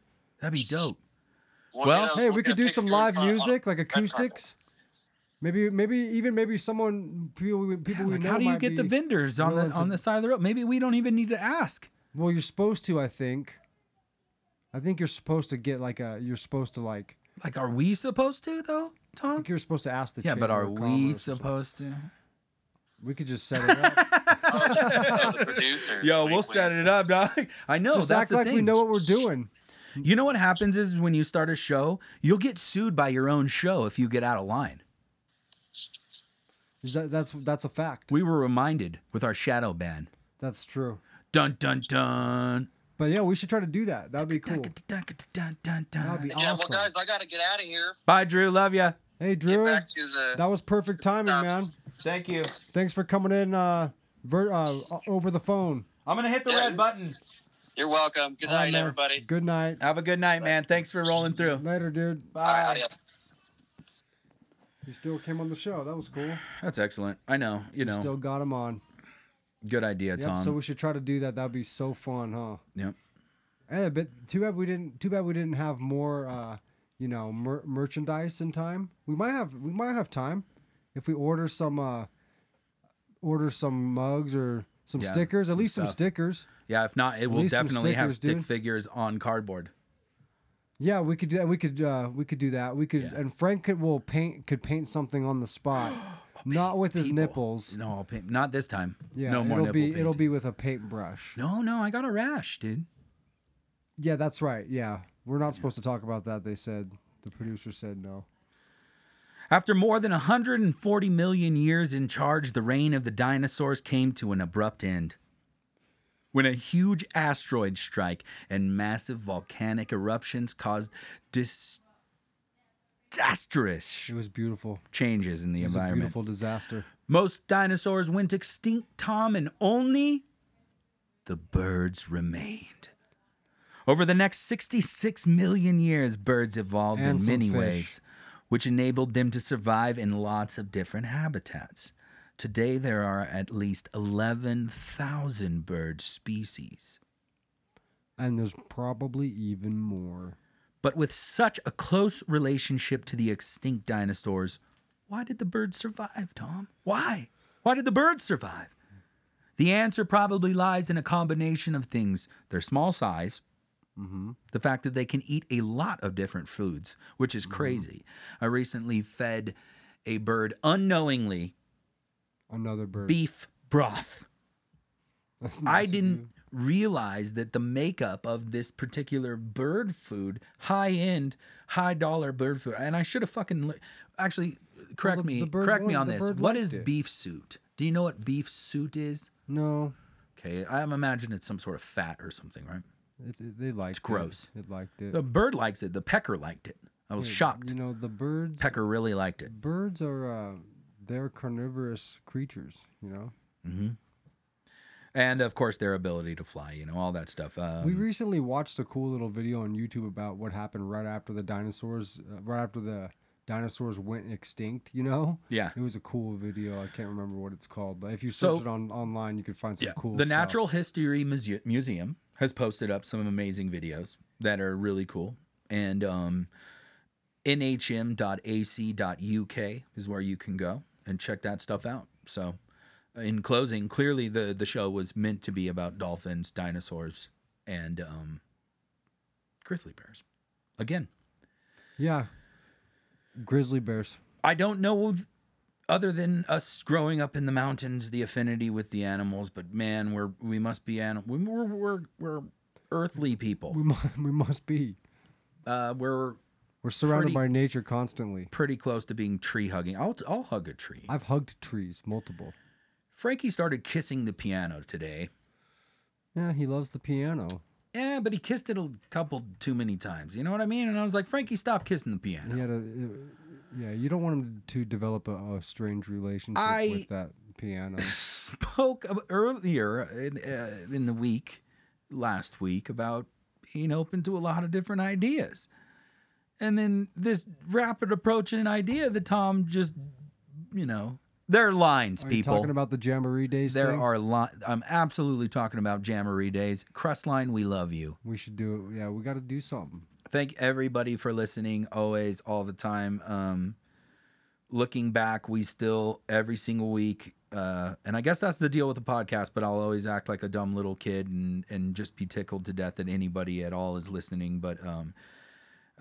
That'd be dope.
We'll
Well-
get a-
Hey,
we'll
we
get
could
a
do
picture
some
in
live
front on
music, like
red carpet.
acoustics. Maybe maybe even maybe someone people we- people we
Like,
know.
how do you
might
get the
be-
vendors on the
willing to-
on the side of the road? Maybe we don't even need to ask.
Well, you're supposed to, I think. I think you're supposed to get like a. You're supposed to like.
Like, are we supposed to though,
I
Tom?
think you're supposed to ask the.
Yeah, but
Chamber
are
of
we
Commerce or something.
supposed to?
We could just set it up.
Oh, the producers.
Yo,
Wink,
we'll
wink.
set it up, dog. I know
just
Oh, that's
act
the
like
thing.
we know what we're doing.
You know what happens is when you start a show, you'll get sued by your own show if you get out of line.
Is that, that's that's a fact.
We were reminded with our shadow ban.
That's true.
Dun dun dun.
But yeah, we should try to do that. That would be cool. That would be
Yeah,
awesome.
well, guys, I gotta get out of here.
Bye, Drew. Love ya.
Hey,
Get
Drew,
back to the.
that was perfect timing,
Stop.
man.
Thank you.
Thanks for coming in uh, ver- uh, over the phone.
I'm gonna hit the
red
button.
You're welcome. Good
All right,
night,
man.
everybody.
Good night.
Have a good night, man. Thanks for rolling through.
Later, dude.
All right, adios.
He still came on the show. That was cool.
That's excellent. I know. You know.
Still got him on.
good idea,
Yep.
Tom.
So we should try to do that. That'd be so fun, huh?
yep.
Yeah, Eh, but too bad we didn't. Too bad we didn't have more, uh, you know, mer- merchandise in time. We might have. We might have time if we order some. Uh, order some mugs or some
Yeah,
stickers. At
some
least some
stuff.
stickers.
Yeah. If not, it will
least some
definitely have
stickers,
stick
dude.
figures on cardboard.
Yeah, we could do that. We could. Uh, we could do that. We could.
Yeah.
And Frank could will paint. Could paint something on the spot, not with his
People.
nipples.
No, I'll paint. Not this time.
Yeah,
No more
it'll
nipple
be it'll be
paintings.
with a paintbrush.
No, no. I got a rash, dude.
Yeah, that's right. Yeah, we're not supposed to talk about that. They said the producer said no.
After more than 140 million years in charge, the reign of the dinosaurs came to an abrupt end. When a huge asteroid strike and massive volcanic eruptions caused disastrous
It was beautiful.
changes in the
It was a
environment.
beautiful disaster.
Most dinosaurs went extinct, Tom, and only the birds remained. Over the next 66 million years, birds evolved
And
in
some
many
fish.
ways, which enabled them to survive in lots of different habitats. Today, there are at least 11,000 bird species.
And there's probably even more.
But with such a close relationship to the extinct dinosaurs, why did the birds survive, Tom? Why? Why did the birds survive? The answer probably lies in a combination of things their small size,
Mm-hmm.
The fact that they can eat a lot of different foods, which is crazy. I recently fed a bird unknowingly
Another bird.
beef broth.
That's
I
nice of
didn't
you.
realize that the makeup of this particular bird food, high end, high dollar bird food, and I should have fucking li- actually correct
the-
me,
the bird
correct me
wanted-
on
the
this.
bird
What
liked
is
it.
beef suit? Do you know what beef suit is?
No,
Okay, I'm imagining it's some sort of fat or something, right?
it's, it, they liked it.
gross.
It liked it.
The bird likes it. The pecker liked it. I was shocked.
You know the birds.
pecker really liked it.
Birds are uh, they're carnivorous creatures. You know.
Mm-hmm. And of course, their ability to fly, you know, all that stuff. Um,
we recently watched a cool little video on YouTube about what happened right after the dinosaurs, uh, right after the dinosaurs went extinct. You know.
Yeah.
It was a cool video. I can't remember what it's called, but if you
So-
search it on online, you can find some
yeah.
cool.
the
stuff.
Natural History Muse- Museum has posted up some amazing videos that are really cool. And um, nhm.ac.uk is where you can go and check that stuff out. So, in closing, clearly the, the show was meant to be about dolphins, dinosaurs, and um, grizzly bears. Again,
Yeah. Grizzly bears.
I don't know th- other than us growing up in the mountains the affinity with the animals but man we're we must be anim- we- we're, we're we're earthly
We
people
mu- we must be.
uh we're
We're surrounded
Pretty-
by nature constantly.
pretty close to being tree hugging i'll i'll hug a tree
I've hugged trees multiple.
frankie started kissing the piano today
Yeah, he loves the piano.
yeah but he kissed it a couple too many times you know what i mean and i was like frankie stop kissing the piano
He had a, uh, yeah. You don't want him to develop a, a strange relationship
I-
with that piano.
spoke ab- earlier in, uh, in the week, last week, about being open to a lot of different ideas. And then this rapid approaching idea that Tom just, you know, there are lines,
Are you
people.
talking about the jamboree days?
there
thing?
are lines. I'm absolutely talking about Jamboree Days. Crestline, we love you.
We should do it. Yeah, we got to do something.
Thank everybody for listening, always, all the time. Um, looking back, we still every single week, uh, and I guess that's the deal with the podcast. But I'll always act like a dumb little kid and and just be tickled to death that anybody at all is listening. But um,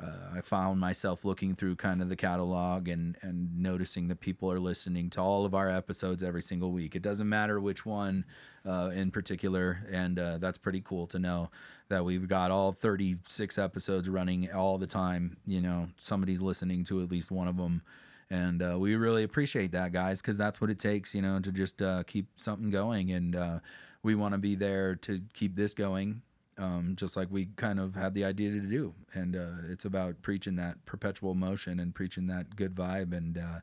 uh, I found myself looking through kind of the catalog and and noticing that people are listening to all of our episodes every single week. It doesn't matter which one uh, in particular, and uh, that's pretty cool to know that we've got all 36 episodes running all the time. You know, somebody's listening to at least one of them. And uh, we really appreciate that, guys, because that's what it takes, you know, to just uh, keep something going. And uh, we want to be there to keep this going, um, just like we kind of had the idea to do. And uh, it's about preaching that perpetual motion and preaching that good vibe and, uh,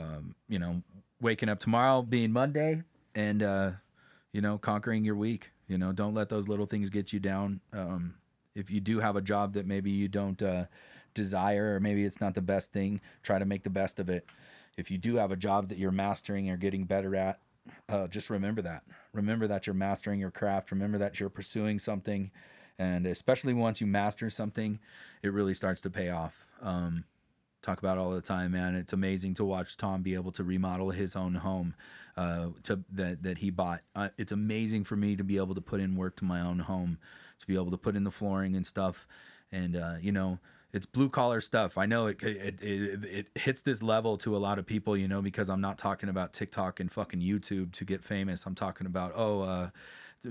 um, you know, waking up tomorrow being Monday and, uh, you know, conquering your week. You know, don't let those little things get you down. Um, if you do have a job that maybe you don't uh, desire or maybe it's not the best thing, try to make the best of it. If you do have a job that you're mastering or getting better at, uh, just remember that. Remember that you're mastering your craft. Remember that you're pursuing something. And especially once you master something, it really starts to pay off. Um, talk about all the time, man. It's amazing to watch Tom be able to remodel his own home uh, to that that he bought. Uh, it's amazing for me to be able to put in work to my own home, to be able to put in the flooring and stuff, and uh, you know. It's blue collar stuff. I know it, it it it hits this level to a lot of people, you know, because I'm not talking about TikTok and fucking YouTube to get famous. I'm talking about oh, uh,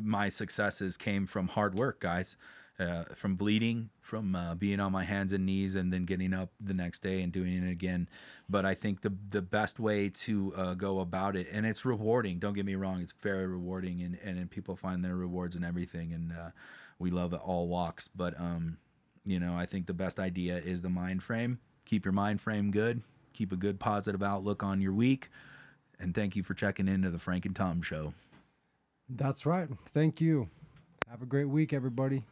my successes came from hard work, guys uh, from bleeding, from uh, being on my hands and knees, and then getting up the next day and doing it again. But I think the the best way to uh, go about it, and it's rewarding. Don't get me wrong; it's very rewarding, and and, and people find their rewards and everything, and uh, we love all walks. But um, you know, I think the best idea is the mind frame. Keep your mind frame good. Keep a good positive outlook on your week. And thank you for checking into the Frank and Tom show.
That's right. Thank you. Have a great week, everybody.